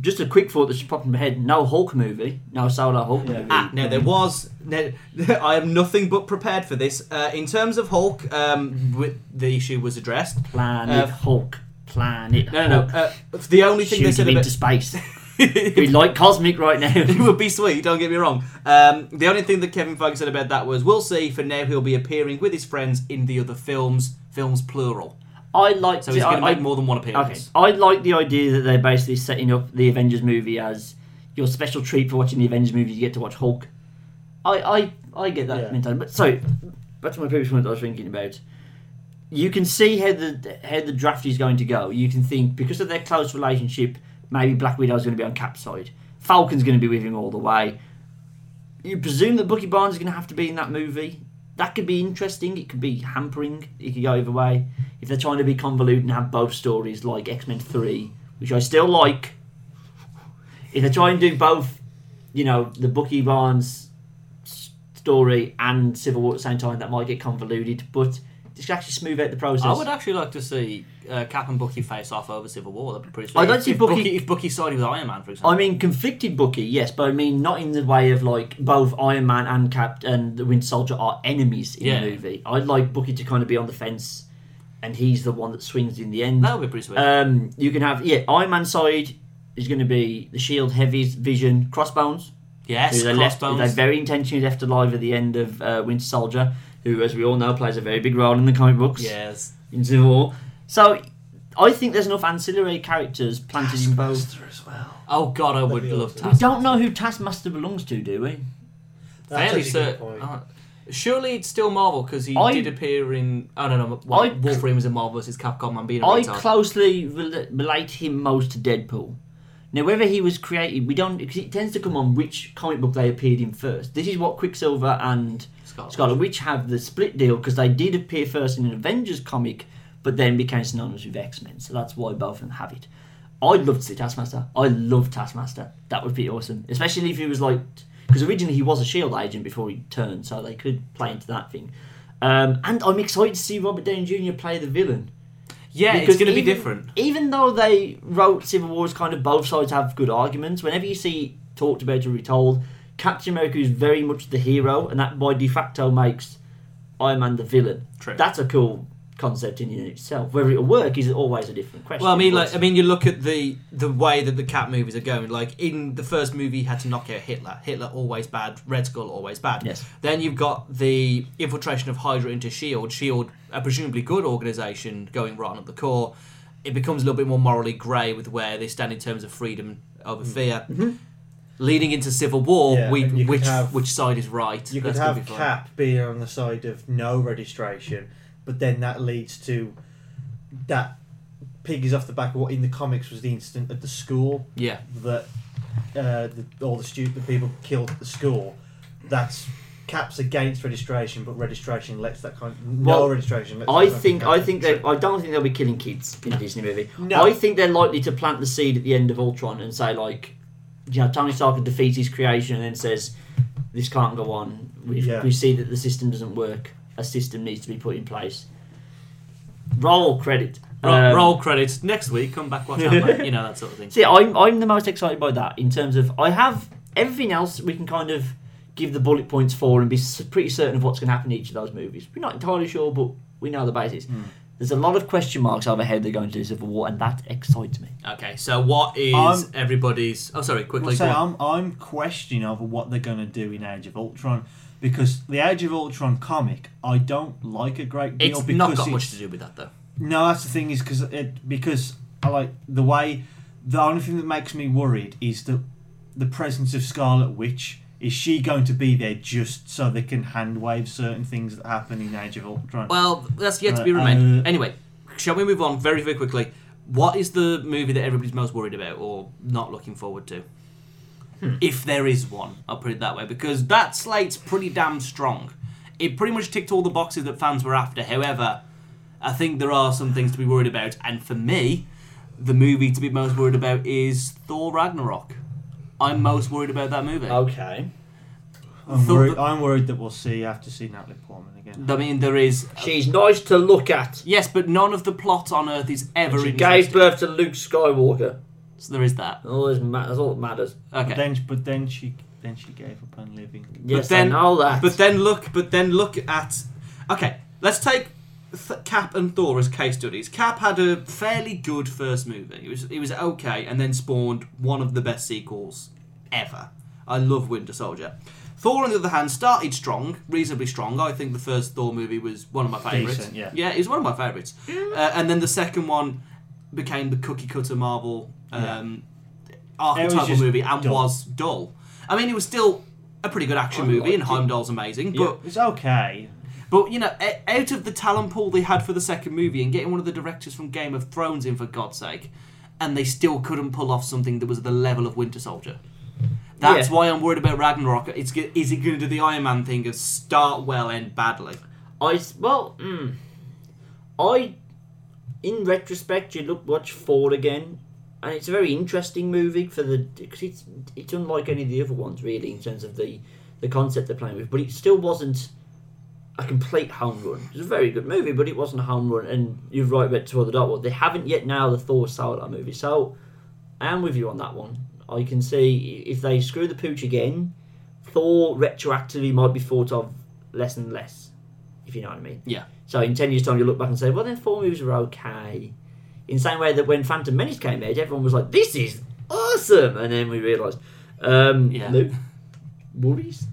just a quick thought that's just popped in my head. No Hulk movie. No solo Hulk
Yeah.
movie.
Ah, now there was. Now, I am nothing but prepared for this. Uh, in terms of Hulk, um, wi- the issue was addressed.
Planet
Uh,
Hulk. Planet.
No, no,
Hulk.
no. Uh, the only thing
Shoot
they said
him into
about
space. we like cosmic right
it
now.
would be sweet. Don't get me wrong. Um, the only thing that Kevin Feige said about that was, "We'll see." For now, he'll be appearing with his friends in the other films. Films plural.
I like.
So he's
I,
going to make
I-
more than one
Okay.
appearance.
I like the idea that they're basically setting up the Avengers movie as your special treat for watching the Avengers movie. You get to watch Hulk. I I, I get that
Yeah.
mentality. But so back to my previous point that I was thinking about. You can see how the how the draft is going to go. You can think because of their close relationship, maybe Black Widow's going to be on Cap's side. Falcon's going to be with him all the way. You presume that Bucky Barnes is going to have to be in that movie. That could be interesting. It could be hampering. It could go either way. If they're trying to be convoluted and have both stories, like X Men Three, which I still like, if they try and do both, you know, the Bucky Barnes s- story and Civil War at the same time, that might get convoluted. But just actually smooth out the process.
I would actually like to see uh, Cap and Bucky face off over Civil War. That'd be pretty. Sweet.
I'd like to see
if
Bucky-
If Bucky sided with Iron Man, for example.
I mean, conflicted Bucky, yes, but I mean not in the way of like both Iron Man and Cap and the Winter Soldier are enemies in
Yeah.
the movie. I'd like Bucky to kind of be on the fence, and he's the one that swings in the end.
that would be pretty sweet.
Um, you can have yeah, Iron Man side is going to be the Shield, Heavies, Vision, Crossbones.
yes,
who they left, who
Crossbones.
they very intentionally left alive at the end of uh, Winter Soldier, who, as we all know, plays a very big role in the comic books
yes.
in Civil War. So. I think there's enough ancillary characters planted in both.
as well.
Oh God, I would
That'd be
love
awesome.
We
Taskmaster.
don't know who Taskmaster belongs to, do we?
That's actually
Fairly
a good
certain.
point.
uh, surely it's still Marvel because he
I-
did appear in. I don't know. Well,
I-
Wolverine was in Marvel vs. Capcom and being a
I
retard.
closely rel- relate him most to Deadpool. Now, whether he was created, we don't. Because it tends to come on which comic book they appeared in first. This is what Quicksilver and
Scarlet.
Scarlet Witch have the split deal because they did appear first in an Avengers comic, but then became synonymous with X Men. So that's why both of them have it. I'd love to see Taskmaster. I love Taskmaster. That would be awesome, especially if he was like because originally he was a Shield E agent before he turned, so they could play into that thing. Um, and I'm excited to see Robert Downey Jr. play the villain.
Yeah,
Because
it's going to be
even-
different.
Even though they wrote Civil War as kind of both sides have good arguments, whenever you see talked about or retold, Captain America is very much the hero, and that by de facto makes Iron Man the villain.
True.
That's a cool concept in and of itself. Whether it'll work is always a different question.
Well, I mean,
but-
like, I mean, you look at the the way that the cat movies are going. Like in the first movie, he had to knock out Hitler. Hitler always bad. Red Skull always bad.
Yes.
Then you've got the infiltration of Hydra into Shield. Shield, E a presumably good organization, going rotten at the core. It becomes a little bit more morally grey with where they stand in terms of freedom over fear. Leading into civil war,
Mm-hmm. Yeah,
we,
and you could
which
have-
which side is right?
You could
That's gonna
have
be fun.
Cap being on the side of no registration, but then that leads to that piggies off the back of what in the comics was the incident at the school
Yeah,
that uh, the, all the stupid people killed at the school. That's Cap's against registration, but registration lets that kind. no
Well,
registration. Lets
I
that kind of
think
thing
I
happen.
think they I don't think they'll be killing kids in a Disney movie.
No.
I think they're likely to plant the seed at the end of Ultron and say like, you know, Tony Stark defeats his creation and then says, "This can't go on. We've,
Yeah.
We see that the system doesn't work. A system needs to be put in place." Roll credit.
roll,
Um,
roll credits next week. Come back, watch out, mate. you know that sort of thing.
See, I'm I'm the most excited by that in terms of I have everything else we can kind of give the bullet points for and be s- pretty certain of what's going to happen in each of those movies. We're not entirely sure, but we know the basis.
Hmm.
There's a lot of question marks over how they're going to do Civil War, and that excites me.
Okay, so what is
Um,
everybody's? Oh, sorry, quickly.
Well, say
go on.
I'm I'm questioning over what they're gonna do in Age of Ultron because the Age of Ultron comic I don't like a great deal
It's
because
not got
it-
much to do with that though.
No, that's the thing is because it because I like the way the only thing that makes me worried is the the presence of Scarlet Witch. Is she going to be there just so they can hand wave certain things that happen in Age of Ultron?
Well, that's yet to be
Uh,
remained.
uh,
anyway, shall we move on very, very quickly? What is the movie that everybody's most worried about or not looking forward to? If there is one, I'll put it that way, because that slate's pretty damn strong. It pretty much ticked all the boxes that fans were after. However, I think there are some things to be worried about, and for me, the movie to be most worried about is Thor Ragnarok. I'm most worried about that movie.
Okay.
I'm
Thor-
worried, I'm worried that we'll see after see Natalie Portman again.
I mean, there is.
She's nice to look at.
Yes, but none of the plot on Earth is ever
She gave
interesting.
birth to Luke Skywalker.
So there is that.
All this ma- that's all that matters.
Okay.
But then, but then she, then she gave up on living.
Yes,
then-
I know that.
But then look, but then look at. Okay, let's take Th- Cap and Thor as case studies. Cap had a fairly good first movie. It was it was okay, and then spawned one of the best sequels ever. I love Winter Soldier. Thor, on the other hand, started strong, reasonably strong. I think the first Thor movie was one of my favourites.
Decent, yeah.
yeah, it was one of my favourites. Uh, and then the second one became the cookie cutter Marvel um, archetypal
just
movie and
dull.
was dull. I mean, it was still a pretty good action movie, and Heimdall's amazing. But
It's okay.
but you know, e- out of the talent pool they had for the second movie, and getting one of the directors from Game of Thrones in for God's sake, and they still couldn't pull off something that was at the level of Winter Soldier. That's
Yeah.
why I'm worried about Ragnarok. It's go- is it going to do the Iron Man thing of start well, end badly?
I s- well, mm, I in retrospect, you look watch Four again, and it's a very interesting movie for the because it's it's unlike any of the other ones really in terms of the the concept they're playing with, but it still wasn't a complete home run. It's a very good movie, but it wasn't a home run. And you're right about Tour of the Dark World. They haven't yet now the Thor Saladar movie, so I am with you on that one. I can see if they screw the pooch again, Thor retroactively might be thought of less and less, if you know what I mean.
Yeah.
So in ten years' time, you look back and say, "Well, then four movies were okay." In the same way that when Phantom Menace came out, everyone was like, "This is awesome," and then we realised, um,
Yeah.
Luke, worries.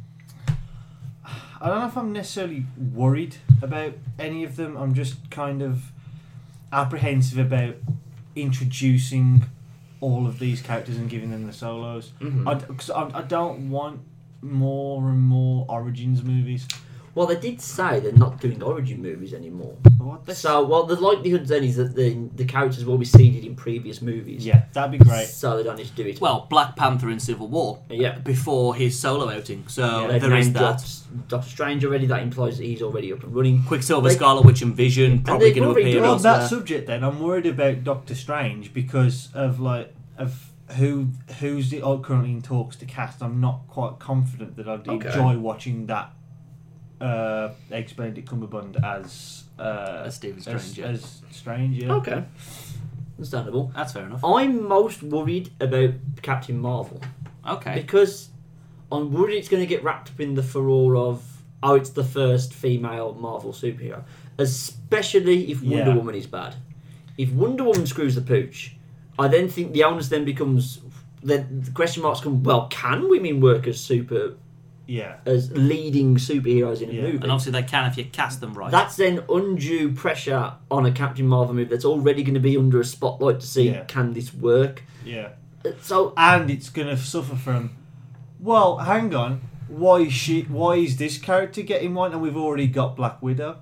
I don't know if I'm necessarily worried about any of them. I'm just kind of apprehensive about introducing all of these characters and giving them the solos. I, d- 'cause I, I don't want more and more origins movies.
Well, they did say they're not doing origin movies anymore.
What the
So, well, the likelihood then is that the the characters will be seeded in previous movies.
Yeah, that'd be great.
So they don't need to do it.
Well, Black Panther in Civil War.
Yeah.
Before his solo outing, so
Yeah, they've
there is
named
that.
Doctor, Doctor Strange already. That implies that he's already up and running.
Quicksilver,
They-
Scarlet Witch, and Vision probably
they've
going to
already
appear
done
Well, on that
elsewhere.
subject, then I'm worried about Doctor Strange because of like of who who's the oh, currently in talks to cast. I'm not quite confident that I'd
Okay.
enjoy watching that uh, ex Benedict Cumberbund as uh,
As Stephen
as,
Strange, yeah.
as Strange. Yeah.
Okay, understandable.
That's fair enough.
I'm most worried about Captain Marvel
Okay.
because I'm worried it's going to get wrapped up in the furore of oh, it's the first female Marvel superhero, especially if Wonder
Yeah.
Woman is bad. If Wonder Woman screws the pooch, I then think the onus then becomes then the question marks come. Well, can women work as super
Yeah.
as leading superheroes in a
Yeah,
movie?
And obviously they can if you cast them right.
That's then undue pressure on a Captain Marvel movie that's already going to be under a spotlight to see
Yeah.
can this work.
Yeah.
Uh, So
And it's gonna suffer from. Well, hang on. Why is she? Why is this character getting one? And we've already got Black Widow.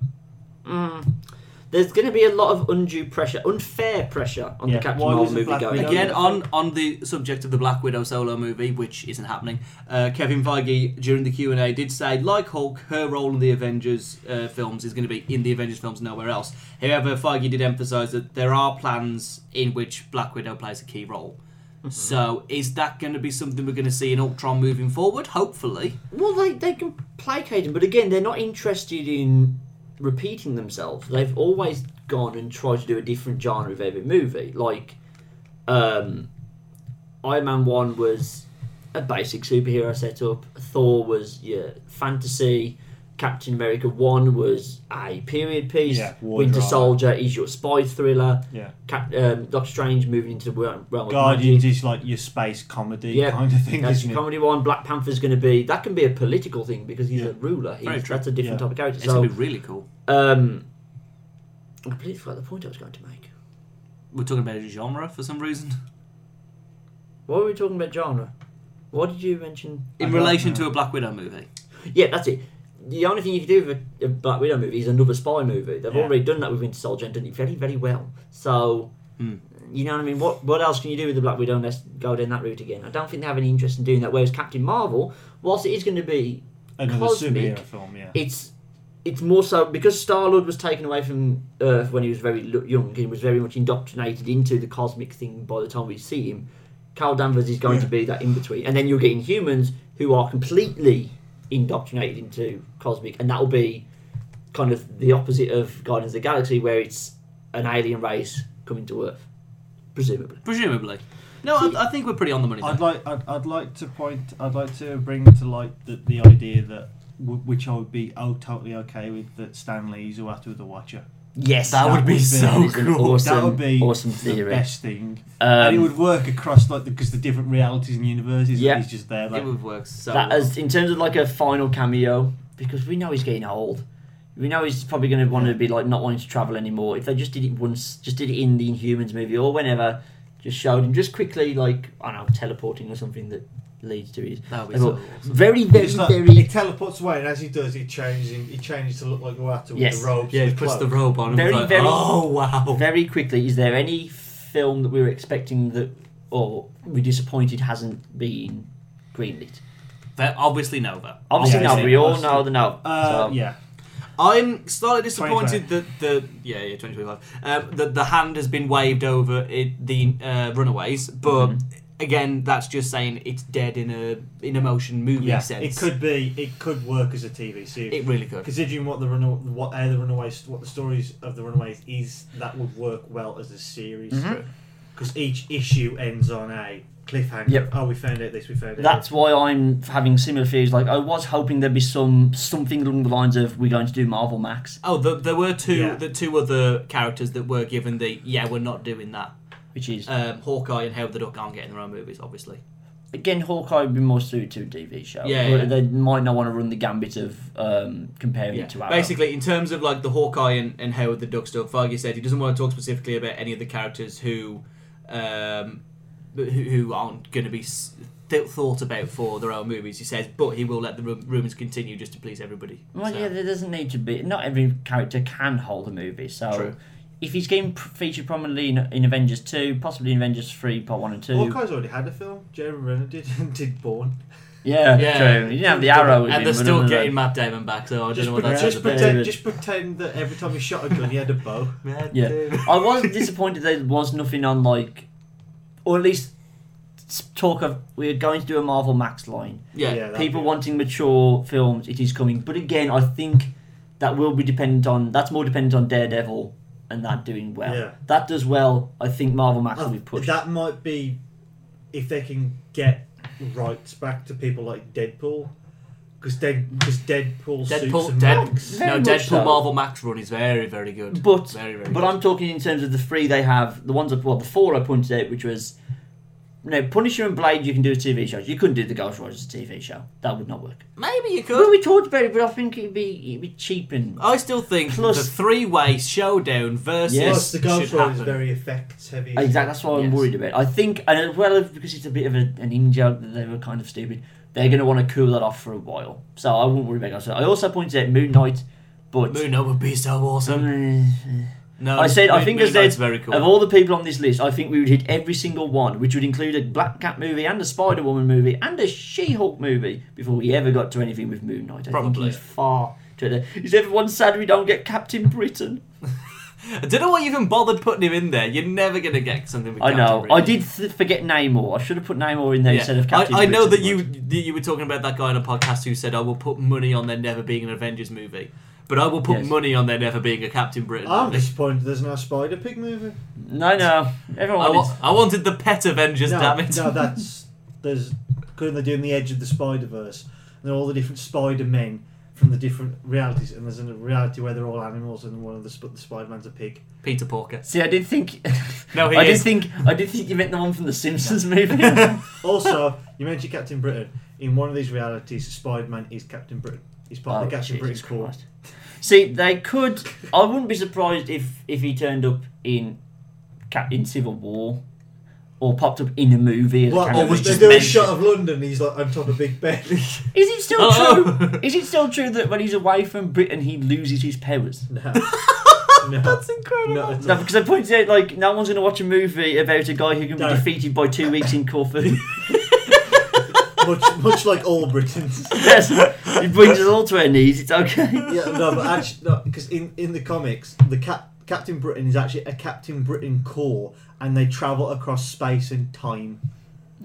there's going to be a lot of undue pressure, unfair pressure on
Yeah,
the Captain
why
Marvel
wasn't
movie
Black
going.
Widow-
Again, on, on the subject of the Black Widow solo movie, which isn't happening, uh, Kevin Feige during the Q and A did say, like Hulk, her role in the Avengers uh, films is going to be in the Avengers films, nowhere else. However, Feige did emphasise that there are plans in which Black Widow plays a key role.
Mm-hmm.
So, is that going to be something we're going to see in Ultron moving forward? Hopefully,
Well, they they can placate him, but again, they're not interested in repeating themselves. They've always gone and tried to do a different genre of every movie. Like, um, Iron Man One was a basic superhero setup. Thor was yeah fantasy. Captain America One was a period piece.
Yeah, war
Winter
drama.
Soldier is your spy thriller.
Yeah.
Cap- um, Doctor Strange moving into the realm realm of
Guardians
magic.
is like your space comedy
Yeah,
kind of thing,
That's
isn't it?
comedy one. Black Panther's going to be that can be a political thing because he's
Yeah.
a ruler.
Very
He's,
true.
that's a different
Yeah.
type of character.
it's
So
going to be really cool.
um, I completely forgot the point I was going to make.
We're talking about a genre for some reason
Why were we talking about genre? Why did you mention?
in
don't
relation
know.
to a Black Widow movie.
Yeah, that's it. The only thing you can do with a- a Black Widow movie is another spy movie. They've
Yeah.
already done that with Winter Soldier and done it very, very well. So,
Hmm.
you know what I mean? What what else can you do with the Black Widow unless go down that route again? I don't think they have any interest in doing that. Whereas Captain Marvel, whilst it is going to be
Another
cosmic,
superhero film, yeah.
it's it's more so because Star Lord was taken away from Earth when he was very lo- young and was very much indoctrinated into the cosmic thing by the time we see him. Carl Danvers is going to be that in between, and then you're getting humans who are completely
indoctrinated into cosmic, and that'll be kind of the opposite of Guardians of the Galaxy, where it's an alien race coming to Earth, presumably.
Presumably. No, I, I think we're pretty on the money. there.
I'd like I'd, I'd like to point I'd like to bring to light the, the idea that w- which I would be oh totally okay with that Stan Lee's Uatu the Watcher.
Yes,
That would be so
is an
cool.
Awesome,
that would be
awesome
the
theory.
best thing, and it
Um,
would work across like because the, different realities and universes.
Yeah.
Yeah, he's just there. Like,
it would work so
that
well.
as in terms of like a final cameo, because we know he's getting old. We know he's probably going to want to be like not wanting to travel anymore. If they just did it once, just did it in the Inhumans movie or whenever, just showed him just quickly like I don't know teleporting or something that leads to his.
That would be
I
so
thought,
awesome.
Very very
It's like-
He
very
teleports away, and as he does, he changes. in- He changes to look like Uatu with
Yes.
the robes.
Yeah,
and
he puts the
cloak.
robe on. And
Very,
it's like,
very-
Oh wow.
very quickly. Is there any film that we were expecting that or we disappointed hasn't been greenlit?
They're obviously Nova.
Obviously
Yeah,
no. We all
obviously.
know the no.
uh,
so,
yeah,
I'm slightly disappointed that the yeah yeah 2025 um, that the hand has been waved over it, the uh, Runaways, but
Mm-hmm.
again that's just saying it's dead in a in a motion movie
yeah.
sense.
It could be it could work as a TV series.
It really could.
Considering what the runaway, what how the runaways, what the stories of the runaways is, that would work well as a series.
Mm-hmm.
Because each issue ends on a cliffhanger.
Yep.
Oh, we found out this. We found out.
That's
this.
why I'm having similar fears. Like I was hoping there'd be some something along the lines of we're going to do Marvel Max,
Oh, the, there were two
Yeah.
the two other characters that were given the yeah we're not doing that.
which is
Um, Hawkeye and Howard the Duck aren't getting their own movies, obviously.
again Hawkeye would be more suited to a TV show.
Yeah,
But
yeah.
they might not want to run the gambit of um, comparing
Yeah.
it to Arrow.
Basically, in terms of like the Hawkeye and, and Howard the Duck stuff, Feige said he doesn't want to talk specifically about any of the characters who, um, who, who aren't going to be s- th- thought about for their own movies. He says, but he will let the rum- rumors continue just to please everybody.
Well,
So-
yeah, there doesn't need to be. Not every character can hold a movie. So,
True.
if he's getting pr- featured prominently in, in Avengers two, possibly in Avengers three, part one and two.
Hawkeye's already had a film. Jeremy Renner did did Born.
Yeah,
Yeah.
true. He didn't have the arrow. with him,
and they're
but
still
other than-
getting Matt Damon back, so I don't
Just,
know what
pre-
that's
just
a bit
pretend,
weird.
just pretend that every time he shot a gun, he had a bow.
about.
Yeah. Oh, I was disappointed there was nothing on like, or at least s- talk of we're going to do a Marvel Max line.
yeah,
Yeah. that'd
People
be-
wanting mature films, it is coming. But again, I think that will be dependent on that's more dependent on Daredevil and that doing well.
Yeah.
That does well, I think Marvel Max will
Oh,
be pushed.
That might be if they can get rights back to people like Deadpool, because Dead, cause Deadpool, suits
Deadpool,
and
Dead,
Max.
very
no,
much
Deadpool
so.
Marvel Max run is very, very good.
But
very, very
but
good.
I'm talking in terms of the three they have. The ones I- well, the four I pointed out, which was you know, Punisher and Blade. You can do as TV shows. You couldn't do the Ghost Rider as a TV show. That would not work.
maybe you could.
Well, we talked about it, but I think it'd be it'd be cheap and
I still think
Plus-
the three-way showdown versus
Yes,
Plus, the Ghost
should
Rider is
happen.
very effects heavy. as
exactly that's what I'm
Yes.
worried about. I think and as well as because it's a bit of a, an in joke that they were kind of stupid. They're going to want to cool that off for a while, so I wouldn't worry about Ghost Rider. I also pointed out Moon Knight, but. uh,
Moon Knight would be so awesome. No,
I said, I
Moon-
think
Moon
I said,
Knight's very cool.
of all the people on this list, I think we would hit every single one, which would include a Black Cat movie and a Spider Woman movie and a She Hulk movie before we ever got to anything with Moon Knight. I
Probably.
think he's far to the. Is everyone sad we don't get Captain Britain?
I don't know why you even bothered putting him in there. You're never gonna get something. With
I
Captain
know.
Britain.
I did th- forget Namor. I should have put Namor in there
Yeah.
instead of Captain.
I, I know that
Britain,
you
but-
that you were talking about that guy on a podcast who said, "I will put money on there never being an Avengers movie," but I will put
Yes.
money on there never being a Captain Britain.
I'm
movie.
disappointed there's no Spider Pig movie.
No, no.
I,
Everyone.
wa- I wanted the pet Avengers.
no,
damn it!
no, that's there's couldn't they do in the Edge of the Spider Verse? And they're all the different Spider Men from the different realities, and there's a reality where they're all animals, and one of the, sp- the Spider Man's a pig.
Peter Porker.
See, I did think.
No, Oh, he
I
is.
did think. I did think you meant the one from the Simpsons movie.
Also, you mentioned Captain Britain. In one of these realities, Spider Man is Captain Britain. He's part of the Captain Britain
Oh, Jesus
Corps.
Christ. See, they could. I wouldn't be surprised if if he turned up in Cap- in Civil War, or popped up in a movie. As a
What?
character.
Or was
They
just
do a
a
mentioned. shot
shot of London. He's like on top of Big Ben.
Is it still
Oh.
true? Is it still true that when he's away from Britain, he loses his powers?
no, no, that's incredible.
No, because I pointed out like no one's going to watch a movie about a guy who can
No.
be defeated by two weeks in Corfu.
much, much like all Britons.
yes, he brings us all to our knees. It's okay.
yeah, no, but actually, no, because in, in the comics, the cap, Captain Britain is actually a Captain Britain Corps, and they travel across space and time.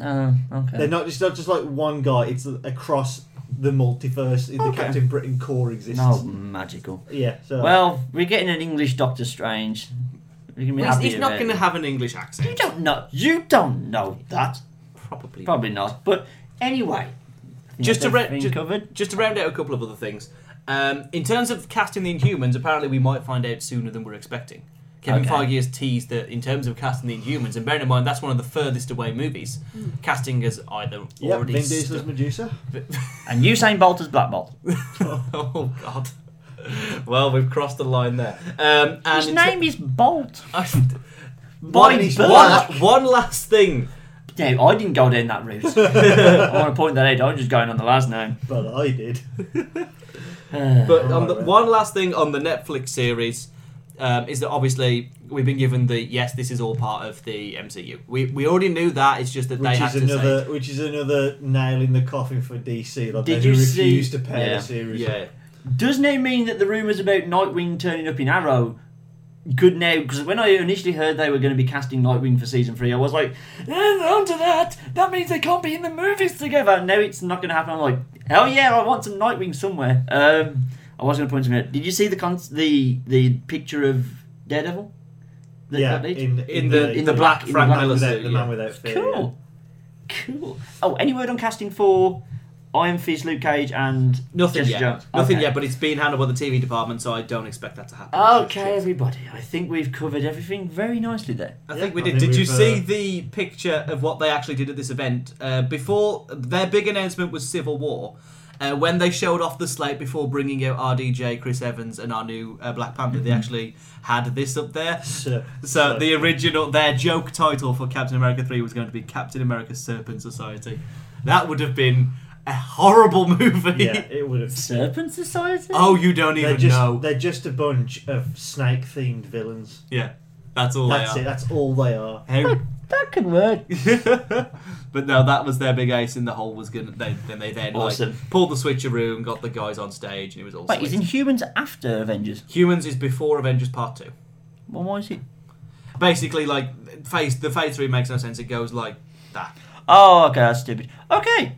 Oh, okay.
They're not just not just like one guy; it's across
the multiverse, in the
Okay.
Captain Britain core exists.
No, magical.
Yeah, so
Well, we're getting an English Doctor Strange. We can be
He's,
happy
he's not
about
going to
it.
have an English accent.
You don't know. You don't know that.
Probably.
Probably not. But anyway, I think
Just to re-
everything
ju-
covered.
Just to round out a couple of other things. Um, in terms of casting the Inhumans, apparently we might find out sooner than we're expecting. Kevin
Okay.
Feige has teased that in terms of casting the Inhumans, and bearing in mind that's one of the furthest away movies,
Hmm.
casting as either
Yeah, Vin
already.
Diesel's
stu-
Medusa.
And Usain Bolt is Black Bolt.
oh God. Well, we've crossed the line there. Um, and
His
in
name is Bolt.
ter-
By
one,
birth.
one, one last thing.
No, I didn't go down that route. I want to point that out. I was just going on the last name.
but I did.
But on the,
Alright,
one last thing on the Netflix series um, is that obviously we've been given the yes, this is all part of the MCU. We, we already knew that. It's just that they
Which
had
is
to
another, which is another nail in the coffin for DC. Like
Did
they
you see-
refused to pair
Yeah.
the
say
series.
yeah.
Doesn't it mean that the rumours about Nightwing turning up in Arrow could now? Because when I initially heard they were going to be casting Nightwing for season three, I was like, eh, onto that. That means they can't be in the movies together. No, it's not going to happen. I'm like, hell yeah, I want some Nightwing somewhere. Um, I was going to point something out. Did you see the con- the the picture of Daredevil? That
yeah,
got leaked?
in, in,
In the in the black
in the
Frank
black
Miller
without,
suit,
the
yeah.
man without fear. yeah.
cool, cool. Oh, any word on casting for Iron Fist, Luke Cage, and
Nothing
Jessica
yet.
Jones?
Nothing
Okay.
yet. But it's being handled by the TV department, so I don't expect that to happen.
Okay, everybody. I think we've covered everything very nicely there.
I
Yeah,
think we
I
did.
think
did you
we've, uh,
see the picture of what they actually did at this event? Uh, before their big announcement was Civil War. Uh, when they showed off the slate before bringing out RDJ, Chris Evans, and our new uh, Black Panther,
Mm-hmm.
they actually had this up there.
So,
So the original, their joke title for Captain America 3 was going to be Captain America Serpent Society. That would have been a horrible movie.
yeah, it would have.
Serpent Society?
Oh, you don't
They're
even
just
know.
they're just a bunch of snake themed villains.
Yeah, that's all
That's
they
it.
are.
That's all they are.
How-
that could work.
but no, that was their big ace in the hole. Was gonna they then they then
Awesome.
like pulled the switcheroo and got the guys on stage and it was all.
Wait, is
sweet.
Inhumans after Avengers?
Humans is before Avengers Part Two.
Well, why is it?
Basically, like phase the phase three makes no sense. It goes like that.
Oh, okay, that's stupid. Okay.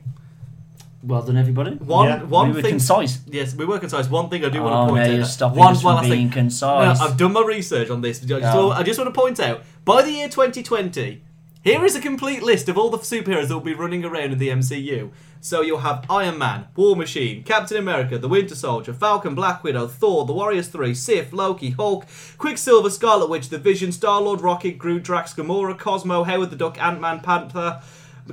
Well done, everybody.
One
Yeah,
one
we were
thing.
concise.
Yes, we were concise. One thing I do want
oh,
to point
now
out.
you're
that-
stopping
one
us
one
from
last
being
thing.
concise.
No, I've done my research on this. I just,
Oh.
I just want to point out by the year 2020, here is a complete list of all the superheroes that will be running around in the MCU. So you'll have Iron Man, War Machine, Captain America, The Winter Soldier, Falcon, Black Widow, Thor, The Warriors 3, Sif, Loki, Hulk, Quicksilver, Scarlet Witch, The Vision, Star-Lord, Rocket, Groot, Drax, Gamora, Cosmo, Howard the Duck, Ant-Man, Panther,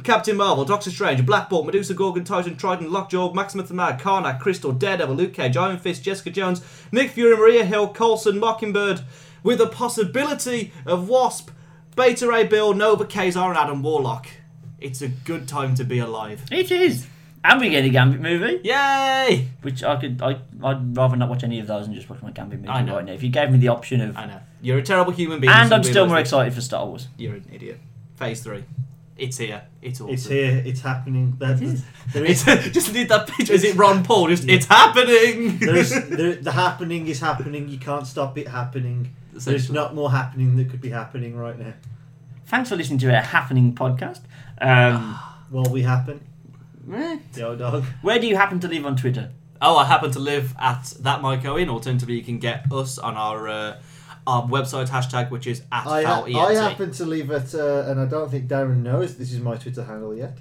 Captain Marvel, Doctor Strange, Black Bolt, Medusa, Gorgon, Titan, Triton, Lockjaw, Maximus the Mad, Karnak, Crystal, Daredevil, Luke Cage, Iron Fist, Jessica Jones, Nick Fury, Maria Hill, Coulson, Mockingbird, with the possibility of Wasp, Beta Ray Bill, Nova, Kazar, and Adam Warlock. It's a good time to be alive.
It is. And we get a Gambit movie,
Yay!
which I could, I, I'd rather not watch any of those and just watch my Gambit movie
I know.
right now. If you gave me the option of,
I know. You're a terrible human being.
and
so
I'm still
realise
more
that
excited for Star Wars.
You're an idiot. Phase 3. It's here. It's awesome.
It's here. It's happening. That, there is
It's, just need that picture. Is it Ron Paul? Just, it's happening!
there is there, the happening is happening. You can't stop it happening. There's
Essentially.
not more happening that could be happening right now.
Thanks for listening to our happening podcast. Um,
While we happen,
eh.
the old dog.
where do you happen to live on Twitter?
Oh, I happen to live at that Mike Owen. Alternatively, you can get us on our uh, our website hashtag, which is at E
I, ha-
FalENT.
I happen to leave it, uh, and I don't think Darren knows this is my Twitter handle yet.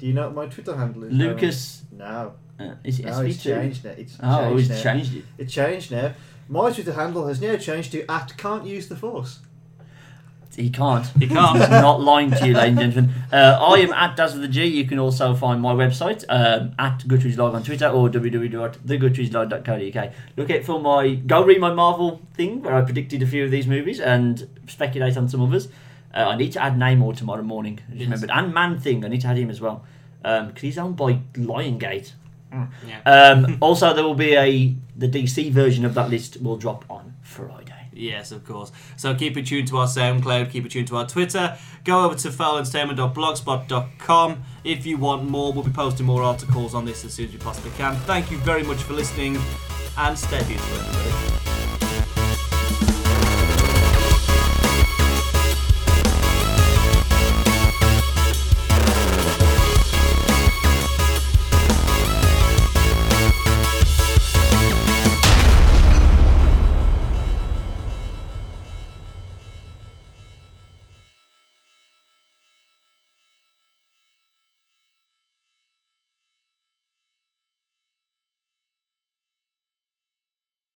Do you know what my Twitter handle is? Darren?
Lucas.
No,
Uh, is it
no,
SB2?
it's changed now. It's
Oh,
changed
he's
now.
changed it.
It changed now. My Twitter handle has now changed to at can't use the force.
He can't.
He can't.
I'm not lying to you, ladies and gentlemen. Uh, I am at Daz with the G. You can also find my website um, at Guthries Live on Twitter or www.theguthrieslive.co.uk. Look out for my go read my Marvel thing where I predicted a few of these movies and speculate on some others. Uh, I need to add Namor tomorrow morning. I just
Yes.
remembered and Man Thing. I need to add him as well because he's owned by Liongate.
Yeah.
Um, also, there will be a the DC version of that list will drop on Friday.
Yes, of course. So keep it tuned to our SoundCloud, keep it tuned to our Twitter. Go over to falentertainment.blogspot.com if you want more. We'll be posting more articles on this as soon as we possibly can. Thank you very much for listening and stay beautiful. everybody.